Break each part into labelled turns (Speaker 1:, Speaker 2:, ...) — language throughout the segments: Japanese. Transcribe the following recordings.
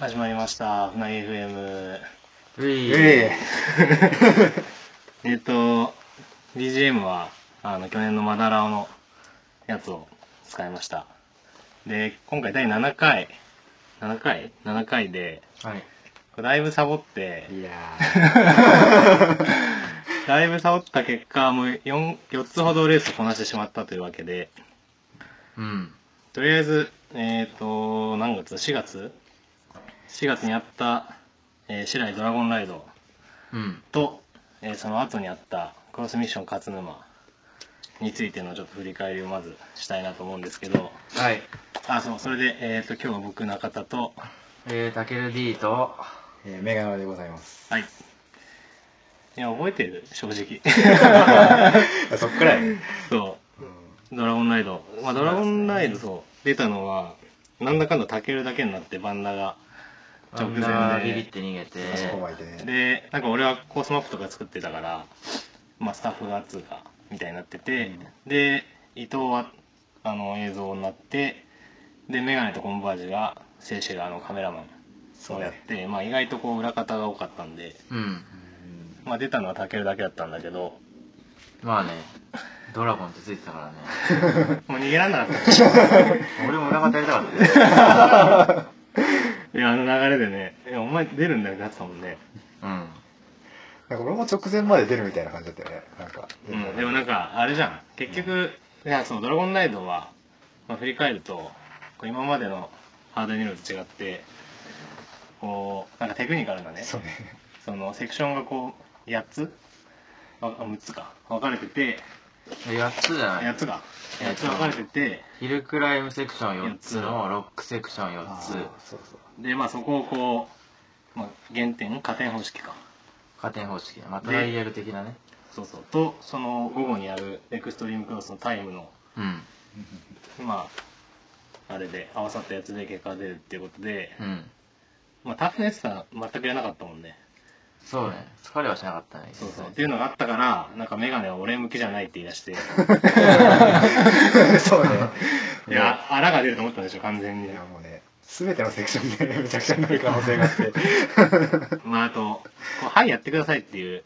Speaker 1: 始まりました。船井 FM。
Speaker 2: ウィ
Speaker 3: え
Speaker 1: えっと、BGM は、あの、去年のマダラオのやつを使いました。で、今回第7回、7回 ?7 回で、
Speaker 2: はい。
Speaker 1: だいぶサボって、
Speaker 2: いや
Speaker 1: だいぶサボった結果、もう 4, 4つほどレースをこなしてしまったというわけで、
Speaker 2: ー。うん。
Speaker 1: とりあえず、えっ、と、何月 ?4 月 ?4 月にあった、えー、市内ドラゴンライド
Speaker 2: うん。
Speaker 1: と、えーその後にあったクロスミッション勝沼についてのちょっと振り返りをまずしたいなと思うんですけど、
Speaker 2: はい。
Speaker 1: あ、そう、それで、えっ、と、今日は僕中田と、
Speaker 2: えー、タケル D と、
Speaker 3: ー、メガネでございます。
Speaker 1: はい。いや、覚えてる正直。
Speaker 3: そっからや。
Speaker 1: そう、ドラゴンライド。まあ、ドラゴンライド、そう、出たのは、なんだかんだタケルだけになって、バンダが。
Speaker 2: あ
Speaker 1: 直前
Speaker 2: ん
Speaker 1: で
Speaker 2: なビビって逃げて、
Speaker 3: あそこまでね。
Speaker 1: で、なんか俺はコースマップとか作ってたから、まあ、スタッフがつうか、みたいになってて、で、伊藤は、あの、映像になって、で、メガネとコンバージが、セーシェル、あの、カメラマン
Speaker 3: そ
Speaker 1: を
Speaker 3: う
Speaker 1: や
Speaker 3: や
Speaker 1: っ。て、まあ、意外とこう、裏方が多かったんで、
Speaker 2: うん。
Speaker 3: うん
Speaker 1: まあ、出たのはタケルだけだったんだけど、
Speaker 2: まあね、ドラゴンってついてたからね。
Speaker 1: もう逃げらんなかった。
Speaker 2: 俺も裏方やりたかったね。
Speaker 1: いや、あの流れでね、いや、お前出るんだよってなってたもんね。
Speaker 2: うん。
Speaker 3: なんか俺も直前まで出るみたいな感じだったよね。なんか。
Speaker 1: うん、でもなんかあれじゃん結局、いやそのドラゴンライドは、まあ、振り返るとこう今までのハードニルと違ってこうなんかテクニカルなね
Speaker 3: そうね。
Speaker 1: そのセクションがこう8つああ6つか分かれてて
Speaker 2: 8つじゃな
Speaker 1: 8
Speaker 2: い。
Speaker 1: つが8つ分かれてて
Speaker 2: ヒルクライムセクション4つのロックセクション
Speaker 3: あ
Speaker 2: 4
Speaker 3: ー
Speaker 2: つ、
Speaker 3: そうそう。
Speaker 1: でまあそこをこう、まあ、原点加点方式か
Speaker 2: 加点方式。まあ、トライアル的なね。
Speaker 1: そうそうとその午後にやるエクストリームクロスのタイムの
Speaker 2: うん。
Speaker 1: まああれで合わさったやつで結果が出るっていうことで、
Speaker 2: うん。
Speaker 1: まあ、タフネスは全くやらなかったもんね。
Speaker 2: そうね。疲れはしなかったね。
Speaker 1: そうそう。っていうのがあったから、なんかメガネは俺向きじゃないって言い出 して、い
Speaker 3: そう ね。
Speaker 1: や、穴が出ると思ったんでしょ、完全に
Speaker 3: い。やもうね、すべてのセクションでめちゃくちゃになる可能性があ って。
Speaker 1: まあ、あと、こうはい、やってくださいっていう、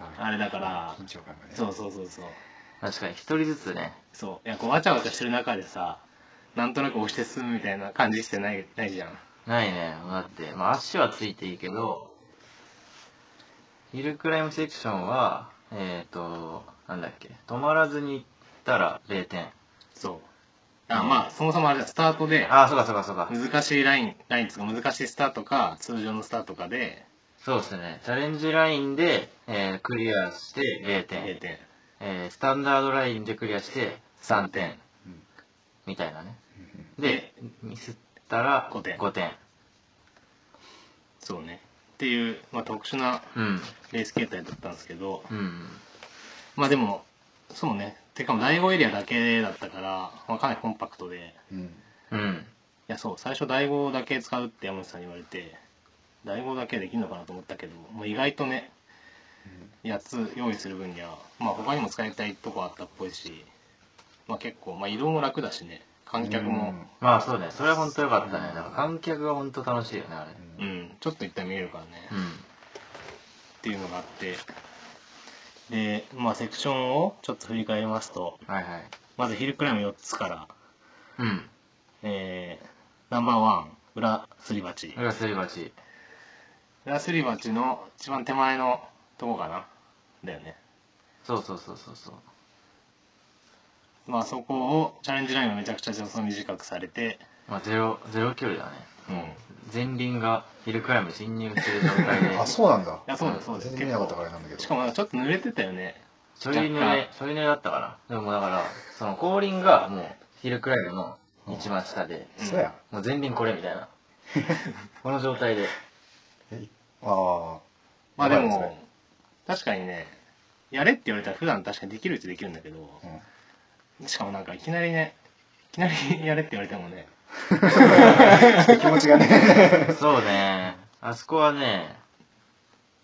Speaker 1: あ
Speaker 3: あ
Speaker 1: れだから
Speaker 3: 緊張感がね。
Speaker 1: そうそうそうそう。
Speaker 2: 確かに、一人ずつね。
Speaker 1: そう。いや、こう、わちゃわちゃしてる中でさ、なんとなく押して進むみたいな感じしてない、ないじゃん。
Speaker 2: ないね。だって、まあ、足はついていいけど、ヒルクライムセクションは、えっ、と、なんだっけ、止まらずに行ったら0点。
Speaker 1: そう。あまあ、そもそもあれだ、スタートで、
Speaker 2: ああ、そうかそうかそうか。
Speaker 1: 難しいライン、ラインつうか、難しいスタートか、通常のスタートかで、
Speaker 2: そうですね。チャレンジラインで、えークリアして0
Speaker 1: 0
Speaker 2: 点、
Speaker 1: 点。
Speaker 2: えースタンダードラインでクリアして3点。
Speaker 3: うん
Speaker 2: みたいなね。
Speaker 3: うん
Speaker 2: で、ミスったら
Speaker 1: 5点
Speaker 2: 5点。
Speaker 1: そうね。っていう、まあ、特殊な
Speaker 2: うん。
Speaker 1: レース形態だったんですけど、
Speaker 2: うん。
Speaker 1: まあでも、そうね。てかもう第5エリアだけだったから、まあ、かなりコンパクトで、
Speaker 3: うん。。
Speaker 2: うん。
Speaker 1: いやそう、最初第5だけ使うって山本さんに言われて、第5だけできるのかなと思ったけど、もう意外とね、8つ用意する分には、まあ他にも使いたいとこあったっぽいし、まあ結構、まあ移動も楽だしね、観客も、
Speaker 2: まあそうね。それは本当よかったね。だから観客が本当楽しいよね、あ
Speaker 1: う
Speaker 2: れ。
Speaker 1: ん、ちょっと一旦見えるからね、
Speaker 2: う
Speaker 1: っ
Speaker 2: ん。
Speaker 1: ていうのがあって、で、まあセクションをちょっと振り返りますと、
Speaker 2: はいはい。
Speaker 1: まずヒルクライム4つから、
Speaker 2: うん。
Speaker 1: えーナンバーワン、裏すり鉢
Speaker 2: そ。れがすり鉢。
Speaker 1: 裏すり鉢の一番手前のとこかな。だよね。
Speaker 2: そうそうそうそうそう。
Speaker 1: まあそこをチャレンジラインがめちゃくちゃ助走短くされて、
Speaker 2: まあゼロ、ゼロ距離だね。
Speaker 1: うん。い
Speaker 2: 前輪がヒルクライム侵入してる状態 で
Speaker 3: あ、そうなんだ。
Speaker 1: や、そうです、そうです。
Speaker 3: 全然見なかったからなんだけど。
Speaker 1: しかもなんかちょっと濡れてたよね。
Speaker 2: ちょい濡れ、ちょい濡れだったかな。でもだから、その後輪がもうヒルクライムの一番下で、
Speaker 1: ん
Speaker 3: そうや。
Speaker 2: もう前輪これみたいな。この状態で。
Speaker 3: ああ。
Speaker 1: まあで
Speaker 3: やばい
Speaker 1: も、確かにね、やれって言われたら普段確かにできるっちゃできるんだけど、
Speaker 3: うん
Speaker 1: しかもなんかいきなりね、いきなりやれって言われてもね、
Speaker 3: ちょっと気持ちがね。
Speaker 2: そうね。あそこはね、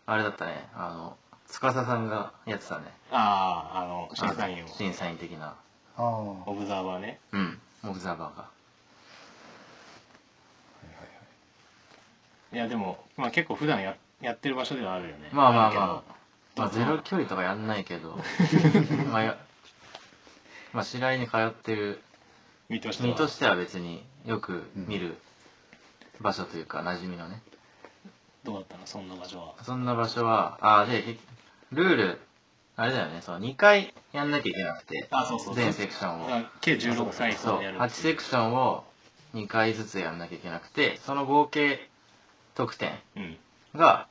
Speaker 2: あれだったね。あの、司さんがやってたね。
Speaker 1: ああ、あの、審査員を、
Speaker 2: 審査員的な。
Speaker 3: ああ。
Speaker 1: オブザーバーね。
Speaker 2: うん。オブザーバーが。
Speaker 1: いやでも、まあ、結構普段ややってる場所ではあるよね
Speaker 2: まあまあまあ
Speaker 1: るけど
Speaker 2: まあ、ゼロ距離とかやんないけ ど、 まあや、まあ、知り合いに通ってる
Speaker 1: 見として
Speaker 2: 身
Speaker 1: は
Speaker 2: としては別によく見る場所というか、馴染みのね。
Speaker 1: どうだったのそんな場所は
Speaker 2: そんな場所は、ああ、で、結ルール、あれだよね、そう、2回やんなきゃいけなくて、
Speaker 1: あそうそう
Speaker 2: 全セクション
Speaker 1: だ
Speaker 2: を
Speaker 1: か。ら計16回
Speaker 2: そう、
Speaker 1: やる
Speaker 2: 8セクションを2回ずつやんなきゃいけなくて、その合計得点
Speaker 1: うん
Speaker 2: が、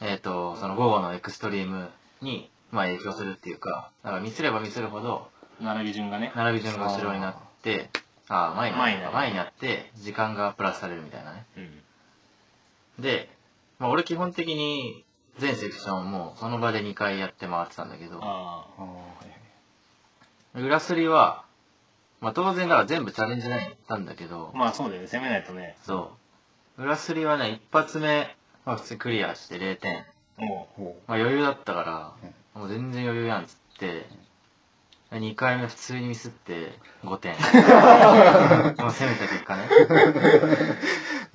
Speaker 2: えっ、と、その午後のエクストリームに、まあ影響するっていうか、だからミスればミスるほど、
Speaker 1: 並び順がね
Speaker 2: 並び順が後ろになって、ああ、前にな
Speaker 1: 前になる
Speaker 2: 前になって、時間がプラスされるみたいなね。
Speaker 1: うん
Speaker 2: で、まあ俺基本的に全セクションもうその場で2回やって回ってたんだけど、
Speaker 1: あ
Speaker 3: あーはい
Speaker 2: 裏すりは、まあ当然だから全部チャレンジラインやったんだけど、
Speaker 1: あまあそうだよね攻めないとね
Speaker 2: そう。裏すりはね、一発目、まあ普通にクリアして0点。
Speaker 1: も
Speaker 3: ほ
Speaker 2: まあ余裕だったから、もう全然余裕やんっつって、2回目普通にミスって5点。もう攻めた結果ね。
Speaker 3: うな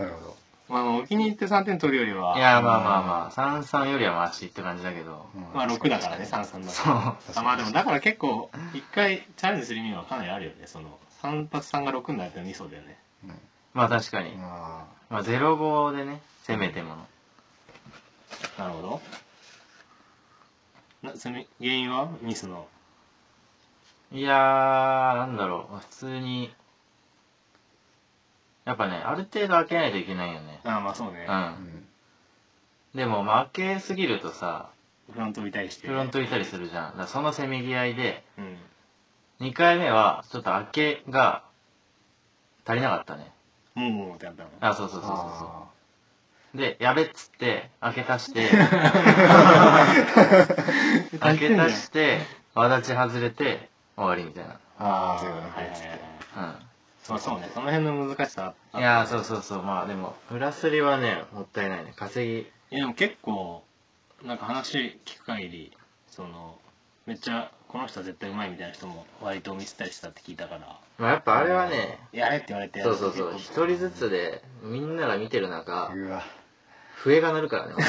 Speaker 3: るほど、
Speaker 1: う、まあ、お気に入って3点取るよりはい
Speaker 2: や、まあまあまあ、三三よりはマシって感じだけど。
Speaker 3: うん
Speaker 1: まあ6だからね33だ
Speaker 2: そう。
Speaker 1: から
Speaker 3: 確か
Speaker 1: あ
Speaker 3: に
Speaker 1: まあでもだから結構1回チャレンジする意味はかなりあるよねその3発3が6になるってのはミソだよね
Speaker 3: うん
Speaker 2: まあ確かに。
Speaker 3: あ
Speaker 2: まあ05でね、攻めてもの。
Speaker 1: なるほどなそれ原因はミスの
Speaker 2: いやー、なんだろう。まあ普通に、やっぱね、ある程度開けないといけないよね。
Speaker 1: ああまあそうね、
Speaker 3: ー
Speaker 2: ううん、でも、まあ、開けすぎるとさ、
Speaker 1: フロントに対して
Speaker 2: フロントいたりするじゃん。だからそのせめぎ合いで、
Speaker 1: うん
Speaker 2: 2回目は、ちょっと開けが足りなかったね。
Speaker 1: もうもうってやったの
Speaker 2: あ、そうそうそうそうそう。で、やべっつって、開け足して、開け足して、輪立ち外れて、終わりみたいな。
Speaker 3: あああそういうことね
Speaker 1: はいはいはいはい
Speaker 2: うん。
Speaker 1: まあそうねその辺の難しさあ
Speaker 2: いやー、そうそうそう。まあ、でも、裏すりはね、もったいないね。稼ぎ。
Speaker 1: いやでも結構なんか話聞く限りそのめっちゃこの人は絶対うまいみたいな人も割と見せたりしたって聞いたから
Speaker 2: まあ、やっぱあれはね、
Speaker 1: やれって言われて
Speaker 2: そうそうそう。
Speaker 1: 結
Speaker 2: 一人ずつで、みんなが見てる中、
Speaker 3: うわ
Speaker 2: 笛が鳴るからね。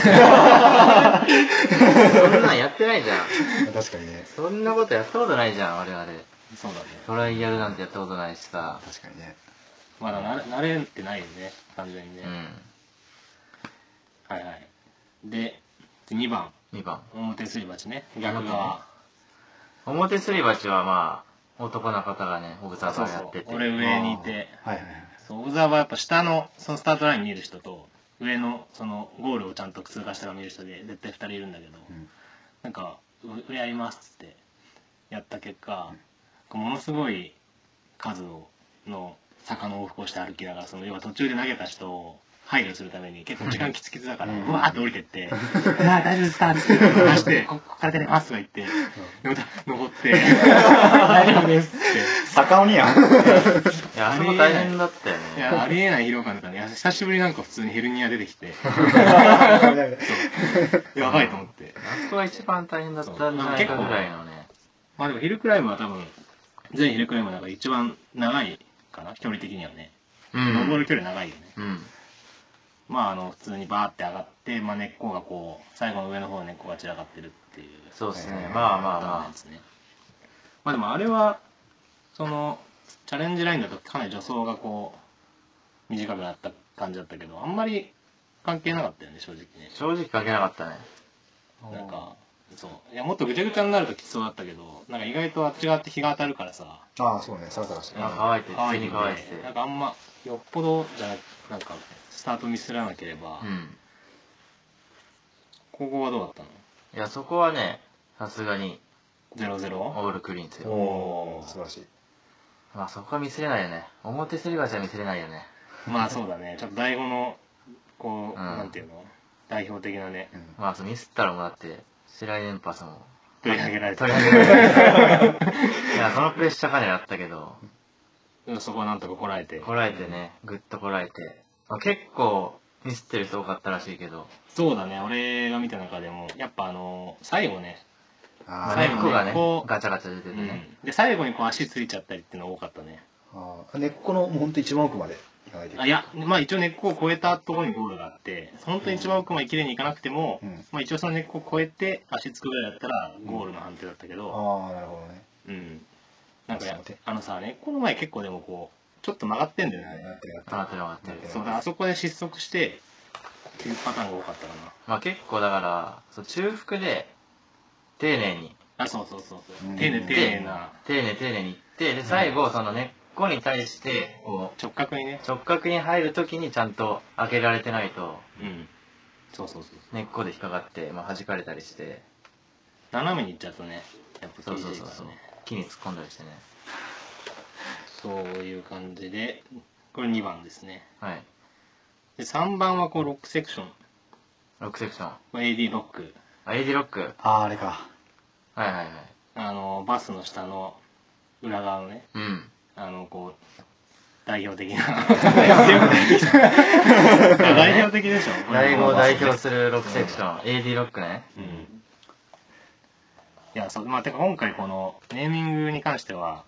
Speaker 2: そんなんやってないじゃん。
Speaker 3: 確かにね
Speaker 2: そんなことやったことないじゃん、我々。
Speaker 1: 構そうだね
Speaker 2: トライアルなんてやったことないしさ。
Speaker 3: 確かにね
Speaker 1: まだ慣れ慣れてないよね完全にね、
Speaker 2: う
Speaker 1: はいはいで2番
Speaker 2: ん。2番。
Speaker 1: 表すり鉢ね逆側
Speaker 2: 表すり鉢はまあ、男の方がね、オブザーバーやってて。
Speaker 1: そうそう俺上にいて
Speaker 3: あーはいはいはい
Speaker 1: そうオブザーバーはやっぱ下のそのスタートライン見る人と上のそのゴールをちゃんと通過したのを見る人で絶対2人いるんだけど、
Speaker 3: うん
Speaker 1: なんか「俺やります」っつってやった結果、ものすごい数をの坂の往復をして歩きながらその要は途中で投げた人を配慮するために結構時間きつきつだから
Speaker 3: うん
Speaker 1: うわーって降りてって「ああ大丈夫ですか」っつって出 して「ここから出れます」とか言ってでまた登って「大丈夫です」っ
Speaker 3: 坂鬼やん
Speaker 2: いや、あそこ大変だったよ
Speaker 1: ていや
Speaker 2: ね。
Speaker 1: ありえない疲労感だったねいや久しぶりなんか普通にヘルニア出てき てやばいと思って
Speaker 2: あそこが一番大変だったんじゃないかぐらいのね。
Speaker 1: まあでもヒルクライムは多分全ヒルクライムの中で一番長いかな距離的にはね
Speaker 2: う
Speaker 1: 登
Speaker 2: ん
Speaker 1: る。距離長いよね、
Speaker 2: うん。
Speaker 1: まああの普通にバーって上がって、まあ、根っこがこう最後の上の方の根っこが散らかってるっていう
Speaker 2: そうです
Speaker 3: え
Speaker 2: ね。
Speaker 3: ー
Speaker 2: まあまあ
Speaker 1: パターンの
Speaker 2: ま
Speaker 1: や
Speaker 2: あ。
Speaker 1: つねまあでもあれはそのチャレンジラインだとかなり助走がこう短くなった感じだったけどあんまり関係なかったよね正直ね
Speaker 2: 正直書けなかったね。
Speaker 1: なんかそういやもっとぐちゃぐちゃになるときつそうだったけどなんか意外とあっち側って日が当たるからさ
Speaker 3: ああそうねサラサラして
Speaker 2: なんか乾いて
Speaker 1: 乾いて
Speaker 2: 普通に乾いてて
Speaker 1: なんかあんまよっぽどじゃなくなんかスタートミスらなければ、
Speaker 2: うん。
Speaker 1: ここはどうだったの
Speaker 2: いや、そこはね、さすがに、
Speaker 1: ゼロゼ
Speaker 2: オ
Speaker 1: ロ
Speaker 2: ールクリーンですよ。
Speaker 1: おー
Speaker 3: 素晴らしい
Speaker 2: まあそこは見せれないよね。表すり鉢は見せれないよね。
Speaker 1: まあそうだねちょっと第5のこう、
Speaker 2: ん
Speaker 1: なんていうの代表的なね
Speaker 3: うん
Speaker 2: まあそうミスったらもうだって、白井連発も。
Speaker 1: 取り上げられた
Speaker 2: 取り上げられたいや、そのプレッシャーかなりあったけど、
Speaker 1: うんそこはなんとかこらえて
Speaker 2: こらえてね、ぐっとこらえて。まあ、結構、ミスってる人多かったらしいけど、
Speaker 1: そうだね俺が見た中でもやっぱあの最後ね、
Speaker 2: ま
Speaker 3: あ
Speaker 2: あ、
Speaker 1: 最
Speaker 2: 根
Speaker 1: 後ね
Speaker 2: っこがね
Speaker 1: こ、う
Speaker 2: ガチャガチャ出て
Speaker 1: う
Speaker 2: て
Speaker 1: ん
Speaker 2: ね。
Speaker 1: で最後にこう足ついちゃったりっていうのが多かったね
Speaker 3: ああ根っこのもうほんと一番奥まで長いでいく
Speaker 1: あいや、まあ一応根っこを越えたところにゴールがあって、本当に一番奥まで綺麗に行かなくても、
Speaker 3: うん
Speaker 1: まあ一応その根っこを越えて足つくぐらいだったらゴールの判定だったけど、
Speaker 3: ああなるほどね
Speaker 1: うん。なんか
Speaker 3: ちょっと
Speaker 1: や
Speaker 3: 待って、
Speaker 1: あのさ、根っこの前結構でもこう、ちょっと曲がってんだよね。
Speaker 3: なってるなってる
Speaker 2: なってるなってる
Speaker 3: なってる
Speaker 1: そうだ、あそこで失速して、っていうパターンが多かったかな。
Speaker 2: まあ結構だからそう中腹で丁寧に
Speaker 1: あ、そうそうそうそうう。
Speaker 3: ん
Speaker 1: 丁寧、丁寧な、
Speaker 2: 丁寧丁寧にいってで最後その根っこに対してこ
Speaker 1: 直角にね
Speaker 2: う。直角に入るときにちゃんと開けられてないと
Speaker 1: うん。そうそうそう。
Speaker 2: 根っこで引っかかって、まあ、弾かれたりして
Speaker 1: 斜めに行っちゃうとね、やっぱ
Speaker 2: そう
Speaker 1: 厳しい
Speaker 2: そう
Speaker 1: からね。
Speaker 2: そうそう木に突っ込んだりしてね
Speaker 1: そういう感じで、これ2番ですね。
Speaker 2: はい
Speaker 1: で3番はこうロックセクション、
Speaker 2: ロックセクションあ
Speaker 1: まあ AD ロック、
Speaker 2: AD ロックはい
Speaker 3: あああれか
Speaker 2: はいはい
Speaker 1: あのバスの下の裏側のね、
Speaker 2: うん
Speaker 1: あのこう代表的な代表的な 代表的でしょ。これ
Speaker 2: ライブを代表するロックセクション、AD ロックね
Speaker 1: うん。いやそうまあてか今回このネーミングに関しては、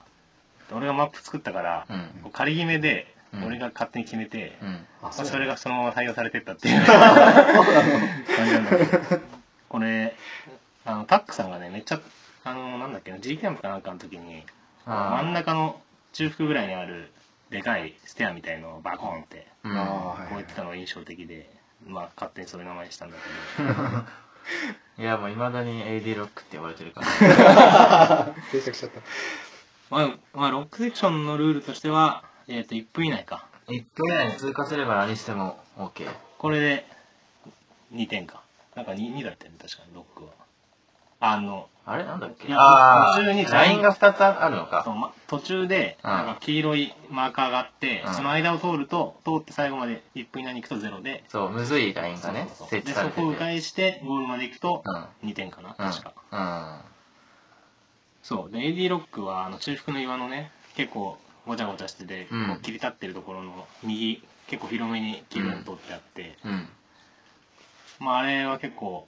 Speaker 1: 俺がマップ作ったから、
Speaker 2: うん
Speaker 1: こう仮決めで
Speaker 2: うん
Speaker 1: 俺が勝手に決めて、
Speaker 2: うん
Speaker 1: まあ
Speaker 3: あそう
Speaker 1: それがそのまま採用されてったっていう感じなんだけどこれあのタックさんがねめっちゃあのなんだっけな G キャンプかなんかの時に
Speaker 2: あー
Speaker 1: 真ん中の中腹ぐらいにあるでかいステアみたいのをバコーンって
Speaker 2: うん
Speaker 3: あ
Speaker 1: こう言ってたのが印象的で、まあ勝手にそういう名前にしたんだけど
Speaker 2: いやもういまだに AD ロックって呼ばれてる から
Speaker 3: 定着しちゃった
Speaker 1: まあ、まあ、ロックセクションのルールとしては、えー、と1分以内か
Speaker 2: 1分以内に通過すれば何しても OK
Speaker 1: これで2点かなんか 2, 2だったよね確かにロックはあの
Speaker 2: あれなんだっけ
Speaker 1: いや
Speaker 2: ああ
Speaker 1: 途中に
Speaker 2: ラインが2つあるの
Speaker 1: そう
Speaker 2: か
Speaker 1: ま途中で
Speaker 2: うん
Speaker 1: なんか黄色いマーカーがあって、
Speaker 2: うん
Speaker 1: その間を通ると通って最後まで1分以内に行くと0で
Speaker 2: そうむずいラインがね
Speaker 1: そうそうそう
Speaker 2: 設
Speaker 1: で
Speaker 2: 置さ
Speaker 1: そ
Speaker 2: れてて
Speaker 1: こを迂回してゴールまで行くと
Speaker 2: う
Speaker 1: 2点かな、
Speaker 2: うん
Speaker 1: 確か
Speaker 2: うん
Speaker 1: そうで AD ロックはあの中腹の岩のね結構ごちゃごちゃしてて、
Speaker 2: うん
Speaker 1: こう切り立ってるところの右結構広めに黄色いの通ってあって、
Speaker 2: うん
Speaker 1: まああれは結構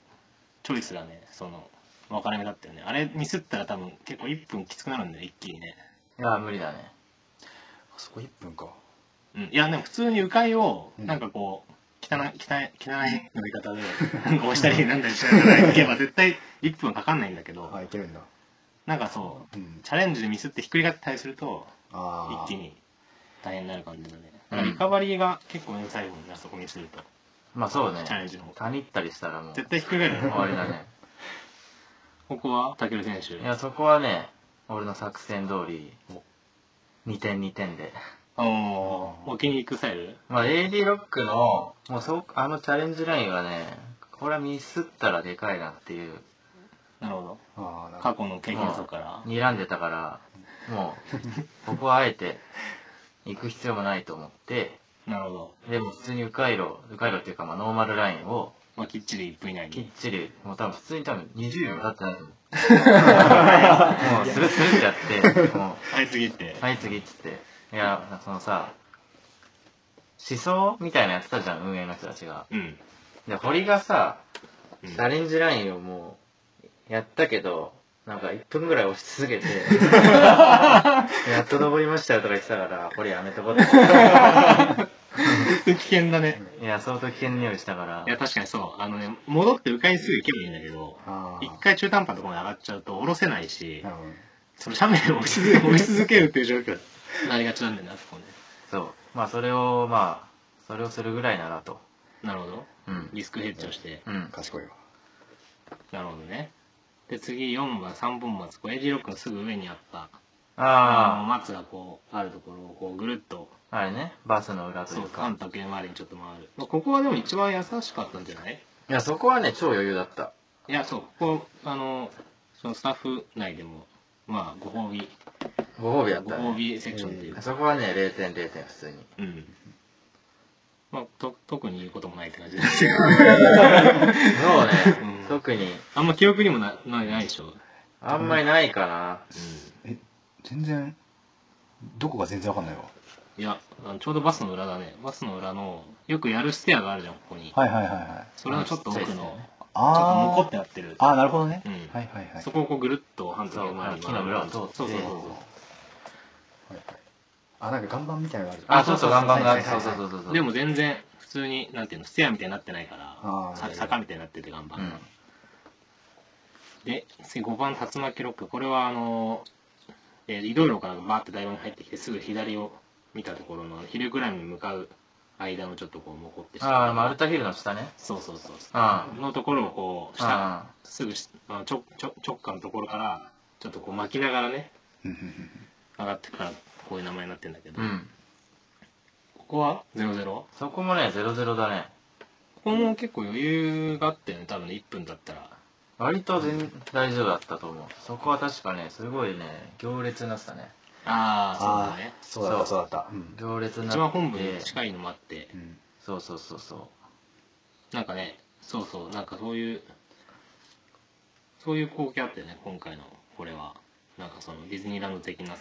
Speaker 1: チョイスがねその分かれ目だったよねあれミスったら多分結構1分きつくなるんだよ一気にね
Speaker 2: いや無理だね
Speaker 3: あそこ1分か
Speaker 1: うんいやでも普通に迂回を
Speaker 3: うん
Speaker 1: なんかこう汚い汚い汚い乗り方でこうしたりなんだりしながら行けば絶対1分かかんないんだけど
Speaker 3: あいけるんだ
Speaker 1: なんかそう
Speaker 3: うん
Speaker 1: チャレンジでミスってひっくり返ったりすると
Speaker 3: ああ
Speaker 1: 一気に大変になる感じだね
Speaker 2: う
Speaker 1: だ
Speaker 2: ん
Speaker 1: からリカバリーが結構ね最後にあそこにすると
Speaker 2: まあそうね
Speaker 1: チャレンジの方
Speaker 2: 谷ったりしたらもう
Speaker 1: 絶対ひっくり返るよね
Speaker 2: 終わりだね
Speaker 1: ここは武尊選手
Speaker 2: いやそこはね俺の作戦通り
Speaker 1: お
Speaker 2: 2点2点で
Speaker 1: おー置きに行くスタイル
Speaker 2: まあ、AD ロックの、もうそう、あのチャレンジラインはね、これはミスったらでかいなっていう、
Speaker 1: なるほど
Speaker 3: ああなるほ
Speaker 1: 過去の経験則から
Speaker 2: 睨んでたから、もう、ここはあえて、行く必要もないと思って、
Speaker 1: なるほど、
Speaker 2: でも普通に迂回路、迂回路っていうか、まあ、ノーマルラインを、
Speaker 1: まあ、きっちり1分以内
Speaker 2: きっ
Speaker 1: に
Speaker 2: ちり、もう多分普通に多分20秒も経って ないと思う。もう、スルスルってやって、も
Speaker 1: はい次って
Speaker 2: う、はい次っつって、いや、そのさ、思想みたいなやってたじゃん、運営の人たちが。
Speaker 1: うん
Speaker 2: で、堀がさ、
Speaker 1: う
Speaker 2: チ
Speaker 1: ん
Speaker 2: ャレンジラインをもう、やったけど、なんか1分ぐらい押し続 けて、やっと登りましたよとか言ってたから、これやめとこ うって。
Speaker 1: 危険だね
Speaker 2: いや、相当危険な匂いしたから
Speaker 1: い、や確かにそうあのね戻って迂回にすぐ行けばいいんだけど
Speaker 3: どあ
Speaker 1: 一回中途半端なところに上がっちゃうと下ろせない
Speaker 3: あ
Speaker 1: し
Speaker 3: なるほどね
Speaker 1: その斜面を押し続け押し続けるっていう状況に なりがちなんだよなそこね
Speaker 2: そう。まあ、それを、まあ、それをするぐらいならと。
Speaker 1: なるほど
Speaker 2: うん。
Speaker 1: リスクヘッジをして
Speaker 2: うん。
Speaker 3: 賢いわ
Speaker 1: なるほどねで次4番3本松こう AG ロックのすぐ上にあったあの
Speaker 2: あ
Speaker 1: 松がこうあるところをこうぐるっと
Speaker 2: あ、あれね、バスの裏とい
Speaker 1: そうう反
Speaker 2: か。
Speaker 1: 時計回りにちょっと回る、まあ、ここはでも一番優しかったんじゃない
Speaker 2: いや、そこはね、超余裕だった。
Speaker 1: いやそうここあのそのスタッフ内でもまあご褒美
Speaker 2: ご褒美だっ
Speaker 1: ご
Speaker 2: た、
Speaker 1: 褒
Speaker 2: ね。
Speaker 1: 美セクションっていうか、
Speaker 2: そこはね、0点、0点、普 通に。
Speaker 1: うんまあと特に言うこともないって感じですけど
Speaker 2: そうね
Speaker 1: うん、
Speaker 2: 特に、
Speaker 1: あんま記憶にもなないないでしょ、うん、
Speaker 2: あんまりないかな。
Speaker 3: 全然どこが全然わかんないわ
Speaker 1: いやあのちょうどバスの裏だねバスの裏のよくやるステアがあるじゃんここに、
Speaker 3: はいはいはいはい
Speaker 1: それのちょっと奥の
Speaker 2: ち
Speaker 1: ち
Speaker 2: っちゃ
Speaker 1: ょ
Speaker 2: い
Speaker 1: っ
Speaker 2: で
Speaker 1: と
Speaker 2: すね
Speaker 3: あ
Speaker 1: 残ってやってる
Speaker 3: あああなるほどね、
Speaker 1: うん
Speaker 3: はいはいはい
Speaker 1: そこをこうぐるっと半時計回りに
Speaker 2: そうあの木の裏を通って
Speaker 1: そうそうそうそう
Speaker 3: はいはいあ、なんか岩盤みたいなのがある。
Speaker 2: あ、そうそう、岩盤があって、
Speaker 3: は
Speaker 2: そ
Speaker 3: いうはいは
Speaker 2: そう
Speaker 3: い
Speaker 2: そうそうそう。
Speaker 1: でも全然普通になんていうのステアみたいになってないか
Speaker 3: あ
Speaker 1: ら
Speaker 3: ー
Speaker 1: さ坂みたいになってて岩
Speaker 2: う
Speaker 1: 盤
Speaker 2: ん
Speaker 1: が、。で次5番竜巻ロックこれはあの、えー移動路からバーって台湾入ってきてすぐ左を見たところの昼ぐらいに向かう間のちょっとこうもこって
Speaker 2: ああ、マルタヒルの下ね。
Speaker 1: そうそうそう
Speaker 2: あ
Speaker 1: のところをこう下
Speaker 2: あ。
Speaker 1: すぐしあのちょちょ直下のところからちょっとこう巻きながらね
Speaker 3: うんうんうん
Speaker 1: 上がってくからこういう名前になってるんだけど、
Speaker 2: うん。
Speaker 1: ここは00こ
Speaker 2: そこもね、00だね。
Speaker 1: こも結構余裕があったよね多分ね1分だったら
Speaker 2: 割と全大丈夫だったと思う。そこは確かね、すごいね、行列になってたね。
Speaker 1: ああそう
Speaker 3: あ
Speaker 1: だね
Speaker 3: ーそうだった、そうだった。うん
Speaker 2: 行列になって
Speaker 1: 一番本部に近いのもあって
Speaker 3: うん
Speaker 2: そうそうそうそ
Speaker 1: なんかねそうそうなんかそういうそういう光景あったよね今回のこれはなんかそのディズニーランド的なさ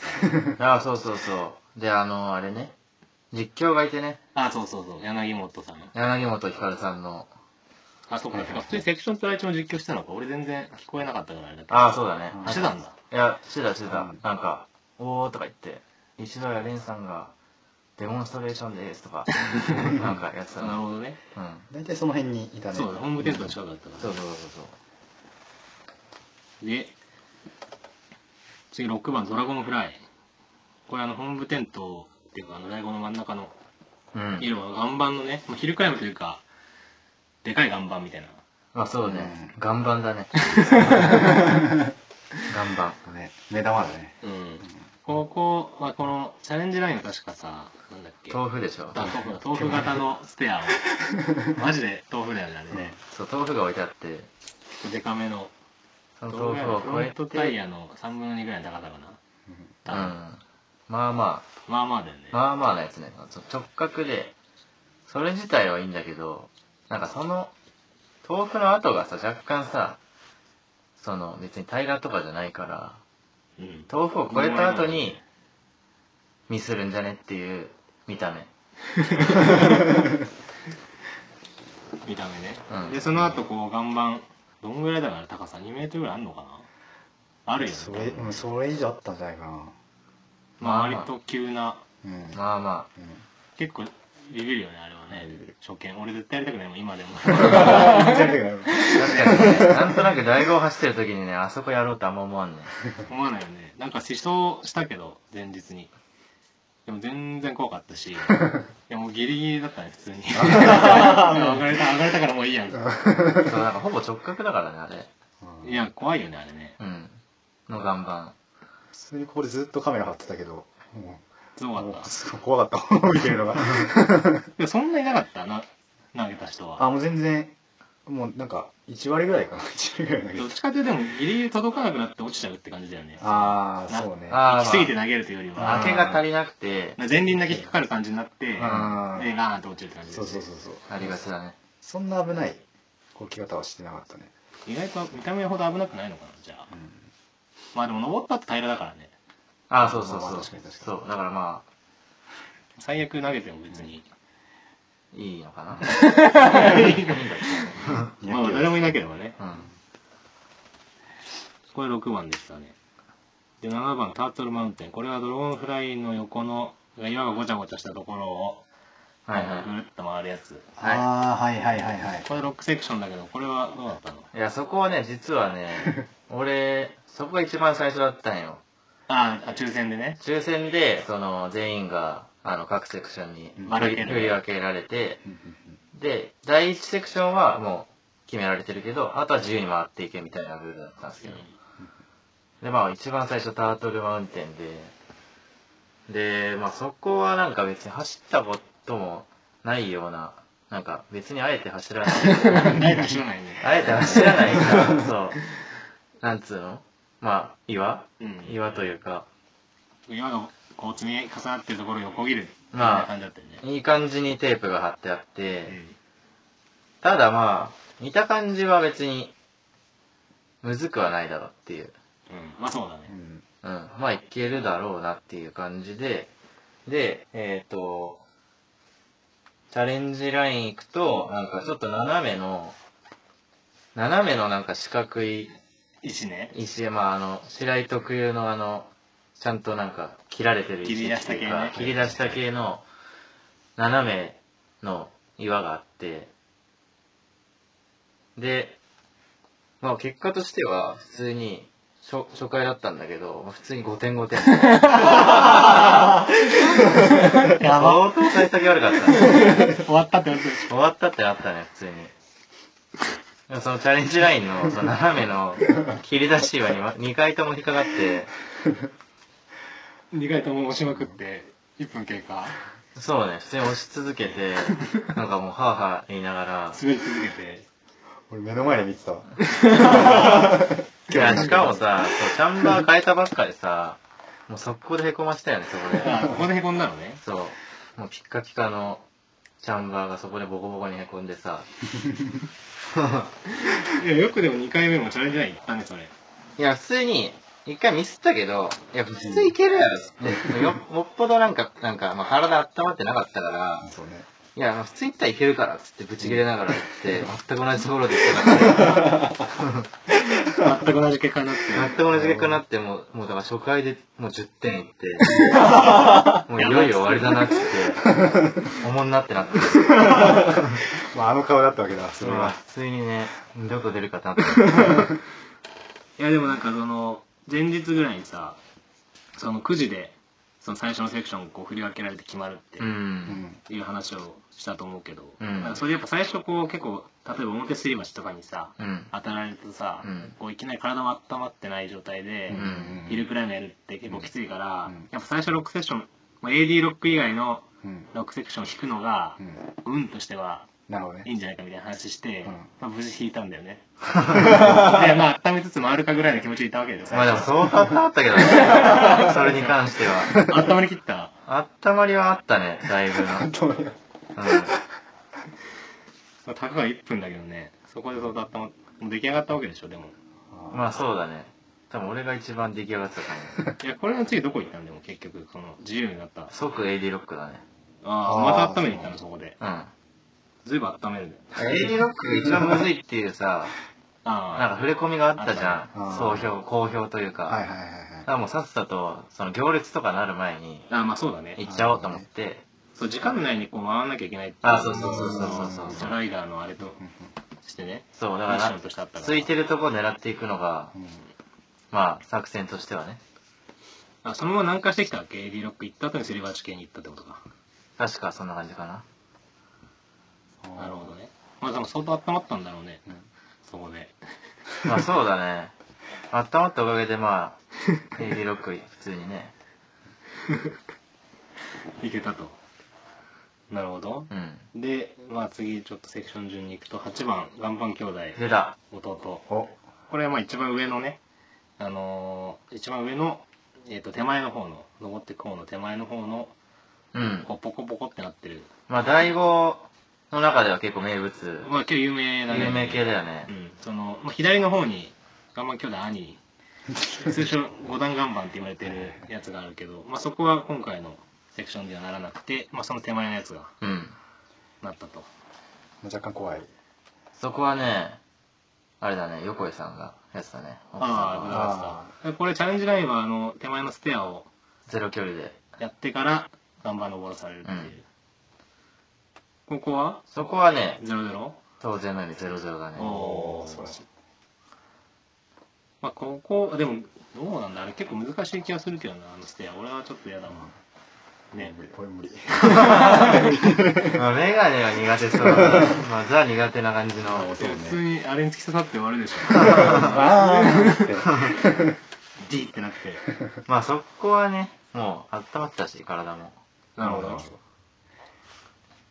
Speaker 2: う。 ああ、そうそうそう。で、あの、あれね、実況がいてね、
Speaker 1: あそうそうそう柳本さん
Speaker 2: 柳本ひかるさんの、
Speaker 1: あそうか、
Speaker 3: はいはいはい
Speaker 1: 普通にセクションプライチも実況したのか俺全然聞こえなかったからあれだけど
Speaker 2: ああ、そうだね。
Speaker 1: してたんだ
Speaker 2: いや、してたしてた。
Speaker 3: うん
Speaker 2: なんか、おーとか言って、石原蓮さんが、デモンストレーションです とか、なんかやってた
Speaker 1: なる
Speaker 2: の。
Speaker 1: ほどね
Speaker 2: うん。
Speaker 3: 大体その辺にいたね。
Speaker 1: そうだホームテントの近くだったから、
Speaker 2: そうそうそうそう。
Speaker 1: で次6番ドラゴンフライこれあの本部テントっていうかあの大悟の真ん中の
Speaker 2: うん。
Speaker 1: 色は岩盤のね、まあ、昼クライムというかでかい岩盤みたいな
Speaker 2: まあそうね、岩盤 だね。岩盤。
Speaker 3: ね、目玉だね。
Speaker 1: うんここはこのチャレンジラインは確かさなんだっけ
Speaker 2: 豆腐でしょ。
Speaker 1: あ豆腐だ豆腐型のステアをマジで豆腐だよねあれ ね
Speaker 2: そう、豆腐が置いてあって、
Speaker 1: でかめの
Speaker 2: その
Speaker 1: どう
Speaker 2: 豆
Speaker 1: や
Speaker 2: 腐
Speaker 1: ら
Speaker 2: を
Speaker 1: フロン
Speaker 2: 超
Speaker 1: ト
Speaker 2: え
Speaker 1: タイ
Speaker 2: て、
Speaker 1: ヤの3分の2ぐらいの高さかな
Speaker 2: うん。
Speaker 1: 多分
Speaker 2: まあまあ、
Speaker 1: まあまあだよね、
Speaker 2: まあまあなやつね。その直角で、それ自体はいいんだけど、なんかその、豆腐の跡がさ、若干さ、その別に平らとかじゃないから、
Speaker 1: うん、
Speaker 2: 豆腐を超えた後に、ミスるんじゃねっていう見た目。
Speaker 1: 見た目ね、
Speaker 2: うん
Speaker 1: でその後こう岩盤どんぐらいだから高さ2メートルぐらいあるのかなあるよね
Speaker 3: それ、うん、それ以上あったんじゃないかな。
Speaker 1: まあ
Speaker 2: まあま
Speaker 1: 割
Speaker 2: あ
Speaker 1: と急な
Speaker 3: うん。
Speaker 2: まあま
Speaker 3: うん
Speaker 1: 結構ビビるよねあれはね初見俺絶対やりたくないもん今でも
Speaker 2: あ、確かに ね、なんとなく大号走ってる時にね、あそこやろうとあんま思わんね
Speaker 1: 思わないよねなんか思想したけど前日にでも全然怖かった しいやもうギリギリだったね普通に上がれた上がれたからもういいやみたいな
Speaker 2: そう、なんかほぼ直角だからね、あれ。
Speaker 3: うん
Speaker 1: いや怖いよねあれね
Speaker 2: うん。の岩盤。
Speaker 3: 普通にこれずっとカメラ張ってたけど、も
Speaker 1: す
Speaker 3: う、
Speaker 1: ごかっ
Speaker 3: も
Speaker 1: た
Speaker 3: うすごい怖かった、見てるのが。
Speaker 1: でもそんなになかったな投げた人は
Speaker 3: あ、もう全然、もうなんか、1割ぐらいかな、1割ぐらいだけ
Speaker 1: どっ
Speaker 3: ど。
Speaker 1: ちかっていうとでもギリギリ届かなくなって落ちちゃうって感じだよね
Speaker 3: あ
Speaker 1: な
Speaker 3: あ、そうね。
Speaker 2: あー
Speaker 1: 行き過ぎて投げるというより
Speaker 3: あ
Speaker 1: は
Speaker 2: 明けが足りなくて、
Speaker 1: 前輪だけ引っかかる感じになってで
Speaker 3: あ
Speaker 1: ガ
Speaker 3: ー
Speaker 1: ーンと落ちるって感じだ
Speaker 3: そ
Speaker 1: よ
Speaker 3: う
Speaker 1: ね
Speaker 3: そうそうそう。
Speaker 2: ありがちだね。
Speaker 3: そんな危ないこき方はしてなかったね。
Speaker 1: 意外と見た目ほど危なくないのかなじゃあ
Speaker 3: うん
Speaker 1: まあでも登った後平らだからね
Speaker 2: あ、そうそう
Speaker 3: まあ
Speaker 2: そ
Speaker 3: まあ
Speaker 2: う。
Speaker 3: 確かに確か
Speaker 2: そう、だからま
Speaker 1: 最悪投げても別に
Speaker 2: あ、いいのか
Speaker 1: まあ誰もいなければね
Speaker 2: な。うん。
Speaker 1: これ6番でしたねで7番タートルマウンテンこれはドローンフライの横の岩がごちゃごちゃしたところを
Speaker 2: はいは
Speaker 1: ぐるっと回るやつ
Speaker 3: ああ、はいはいはいはい。
Speaker 1: これロックセクションだけどこれはどうだったの
Speaker 2: い。いや、そこはね、実は ね、俺、そこが一番最初だったんよ。
Speaker 1: あーあ抽選でね
Speaker 2: 抽選で、その、全員が、あの、各セクションに
Speaker 3: うん
Speaker 2: 振り振り分けられて、
Speaker 3: うんうん
Speaker 2: で、第一セクションはもう決められてるけど、あとは自由に回っていけみたいなルールだったんですけど。で、まあ一番最初タートルマウンテンで、で、まあそこはなんか別に走ったこともないような、なんか別にあえて走らない、
Speaker 1: 誰か知らないね
Speaker 2: あえて走らないから、そう、 なんつうのまあ岩
Speaker 1: うん
Speaker 2: 岩というか、
Speaker 1: 岩がこう積み重なってるところを横切るみたい
Speaker 2: まあ
Speaker 1: な感じだったよね、
Speaker 2: いい感じにテープが貼ってあって、
Speaker 1: うん
Speaker 2: ただまあ、見た感じは別に、むずくはないだろうっていう。
Speaker 1: うん、まあそうだね
Speaker 3: うん
Speaker 2: うん。まあ、いけるだろうなっていう感じで、で、えっ、と、チャレンジライン行くと、なんかちょっと斜めの、斜めのなんか四角い
Speaker 1: 石ね
Speaker 2: 石、まああの、白井特有のあの、ちゃんとなんか切られてる位置
Speaker 1: 切り出した
Speaker 2: って
Speaker 1: 系
Speaker 2: いう
Speaker 1: ね
Speaker 2: か切り出した系の斜めの岩があってでまあ結果としては普通に初初回だったんだけどまあ普通に5点5点
Speaker 1: やば。
Speaker 2: 相当幸先悪かったね
Speaker 1: 終わったって言われてる。
Speaker 2: 終わったってなったね普通にでもそのチャレンジラインのその斜めの切り出し岩に2回とも引っかかって
Speaker 1: 2回とも押しまくって、1分経過、
Speaker 2: そうね、普通に押し続けて、なんかもう、はあはあ言いながら、
Speaker 1: 滑り続けて、
Speaker 3: 俺目の前で見てたわ。
Speaker 2: いや、しかもさ、そうチャンバー変えたばっかでさ、もう速攻で凹ましたよね、そこ
Speaker 1: あ
Speaker 2: で。
Speaker 1: ここでへこんだのね。
Speaker 2: そう、もうピッカピカのチャンバーがそこでボコボコに凹んでさ、
Speaker 1: いや、よくでも2回目もチャレンジライン行ったね、それ。
Speaker 2: いや、普通に、一回ミスったけど、いや、普通いけるやろって、よもっぽどなんか、なんか、まあ、体温まってなかったから、
Speaker 3: そうね。
Speaker 2: いや、まあ普通に行ったらいけるから、つってブチ切れながら行って、全く同じところで行ったから、
Speaker 1: 全く同じ結果になっ
Speaker 2: 全
Speaker 1: て。
Speaker 2: く同じ結果になって、もう、もうだから初回でもう10点い って、もういよいよ終わりだなっつって、おもんなってなって、
Speaker 3: まあ、あの顔だったわけだ、それ
Speaker 2: まあ
Speaker 3: は。
Speaker 2: 普通にね、二度と出るかなと思って。
Speaker 1: いや、でもなんかその、前日ぐらいにさ、その9時で、その最初のセクションをこう振り分けられて決まるって
Speaker 2: う。
Speaker 3: うんん。
Speaker 1: いう話をしたと思うけど、
Speaker 2: うん
Speaker 1: なんかそれやっぱ最初こう結構、例えば表すり鉢とかにさ、
Speaker 2: うん。
Speaker 1: 当たられるとさ、
Speaker 2: うん
Speaker 1: こういきなり体も温まってない状態で、
Speaker 2: うん
Speaker 1: いるくらいのやるって結構きついから、
Speaker 3: うん
Speaker 1: やっぱ最初ロックセッション、まあ AD ロック以外の
Speaker 3: うん。
Speaker 1: ロックセクションを弾くのが
Speaker 3: う、ん。
Speaker 1: 運としては
Speaker 3: なるほど
Speaker 1: い
Speaker 3: ね。
Speaker 1: いんじゃないかみたいな話して、
Speaker 3: うん
Speaker 1: まあ、無事弾いたんだよ ね。で、まあ温めつつ回るかぐらいの気持ちでいたわけです
Speaker 2: まあでもそうかったった けどね、それに関しては。
Speaker 1: 温まりきった。
Speaker 2: あったまりはあったね、だいぶの。う
Speaker 3: 本
Speaker 2: ん。
Speaker 3: 当に。
Speaker 1: まあたかが1分だけどね、そこで相当温まっもう出来上がったわけでしょ、でも。
Speaker 2: まあそうだね。多分俺が一番出来上がってた感
Speaker 1: いや、これの次どこ行ったんでも結局、その自由になった。
Speaker 2: じ。即 AD ロックだね。
Speaker 1: ああ、
Speaker 3: あー
Speaker 1: また温めに行ったの、そこで。
Speaker 2: うん。
Speaker 1: ずいぶん温めるね。
Speaker 2: AD ロックが一番むずいっていうさ、なんか
Speaker 1: あ
Speaker 2: 触れ込みがあったじゃ
Speaker 3: あ
Speaker 2: ん。
Speaker 3: った
Speaker 2: 総
Speaker 3: ね
Speaker 2: 評、好評というか。
Speaker 3: はいはいはい
Speaker 2: だか
Speaker 3: はい。
Speaker 2: らもうさっさと、その行列とかなる前に、
Speaker 1: あ、ああまあそうだね。
Speaker 2: 行っちゃおうと思って、
Speaker 1: そう、時間内にこう回らなきゃいけないってい
Speaker 2: あそうそうそうそうそうそう
Speaker 1: ジャライダーのあれと
Speaker 3: うん
Speaker 1: してね。
Speaker 2: そう、だ
Speaker 1: ミッション
Speaker 2: か
Speaker 1: としてあったか
Speaker 2: ら、
Speaker 1: ら。
Speaker 2: 空いてるとこ狙っていくのが、
Speaker 3: うん。
Speaker 2: まあ、作戦としてはね。
Speaker 1: あ、そのまま南下してきたわけ ?AD ロック行った後にスリバーチ系に行ったってことか。
Speaker 2: 確かそんな感じかな。
Speaker 3: うん
Speaker 1: なるほどね。まあでも相当温まったんだろうね。
Speaker 3: うん
Speaker 1: そこで。
Speaker 2: まあそうだ ね。温まったおかげで、まあ、AD ロック普通にね。
Speaker 1: 行けたと。なるほど。
Speaker 2: うん。
Speaker 1: で、まあ次ちょっとセクション順に行くと、8番、岩盤兄弟、
Speaker 2: 出た。
Speaker 1: 弟。
Speaker 3: お、
Speaker 1: これはまあ一番上のね、あのー一番上の、えっ、と手前の方の、登っていく方の手前の方の、
Speaker 2: うん。
Speaker 1: こうポコポコってなってる。
Speaker 2: まあ、第五の中では結構名物、
Speaker 1: まあ今日有名だね。
Speaker 2: 有名系だよ
Speaker 1: う
Speaker 2: ね。
Speaker 1: ん、その、まあ、左の方に岩盤兄弟兄通称五段岩盤って言われてるやつがあるけど、まあ、そこは今回のセクションではならなくて、まあ、その手前のやつが
Speaker 2: うん。
Speaker 1: なったと
Speaker 3: 若干怖い。
Speaker 2: そこはね、あれだね、横井さんがやってたね。奥さんが
Speaker 1: ああ危なかったこれチャレンジラインはあの手前のステアを
Speaker 2: ゼロ距離で。
Speaker 1: やってから岩盤登らされるっていう、ここは
Speaker 2: そこはね、
Speaker 1: 00、
Speaker 2: 当然のようにゼロゼロだね。
Speaker 1: お
Speaker 3: 素晴らしい。
Speaker 1: まあ、ここでもどうなんだあれ結構難しい気がするけどなあのステア俺はちょっと嫌だわ、ね
Speaker 3: 無理、これ無 理。
Speaker 2: まあ、メガネは苦手そう だね。まあ、ザ苦手な感じの。
Speaker 3: そうね
Speaker 1: 普通にあれに突き刺さって終わるでしょ
Speaker 3: あ あ。
Speaker 1: ディってなって
Speaker 2: まあ、そこはね、もう、温まってたし、体も。
Speaker 1: なるほど。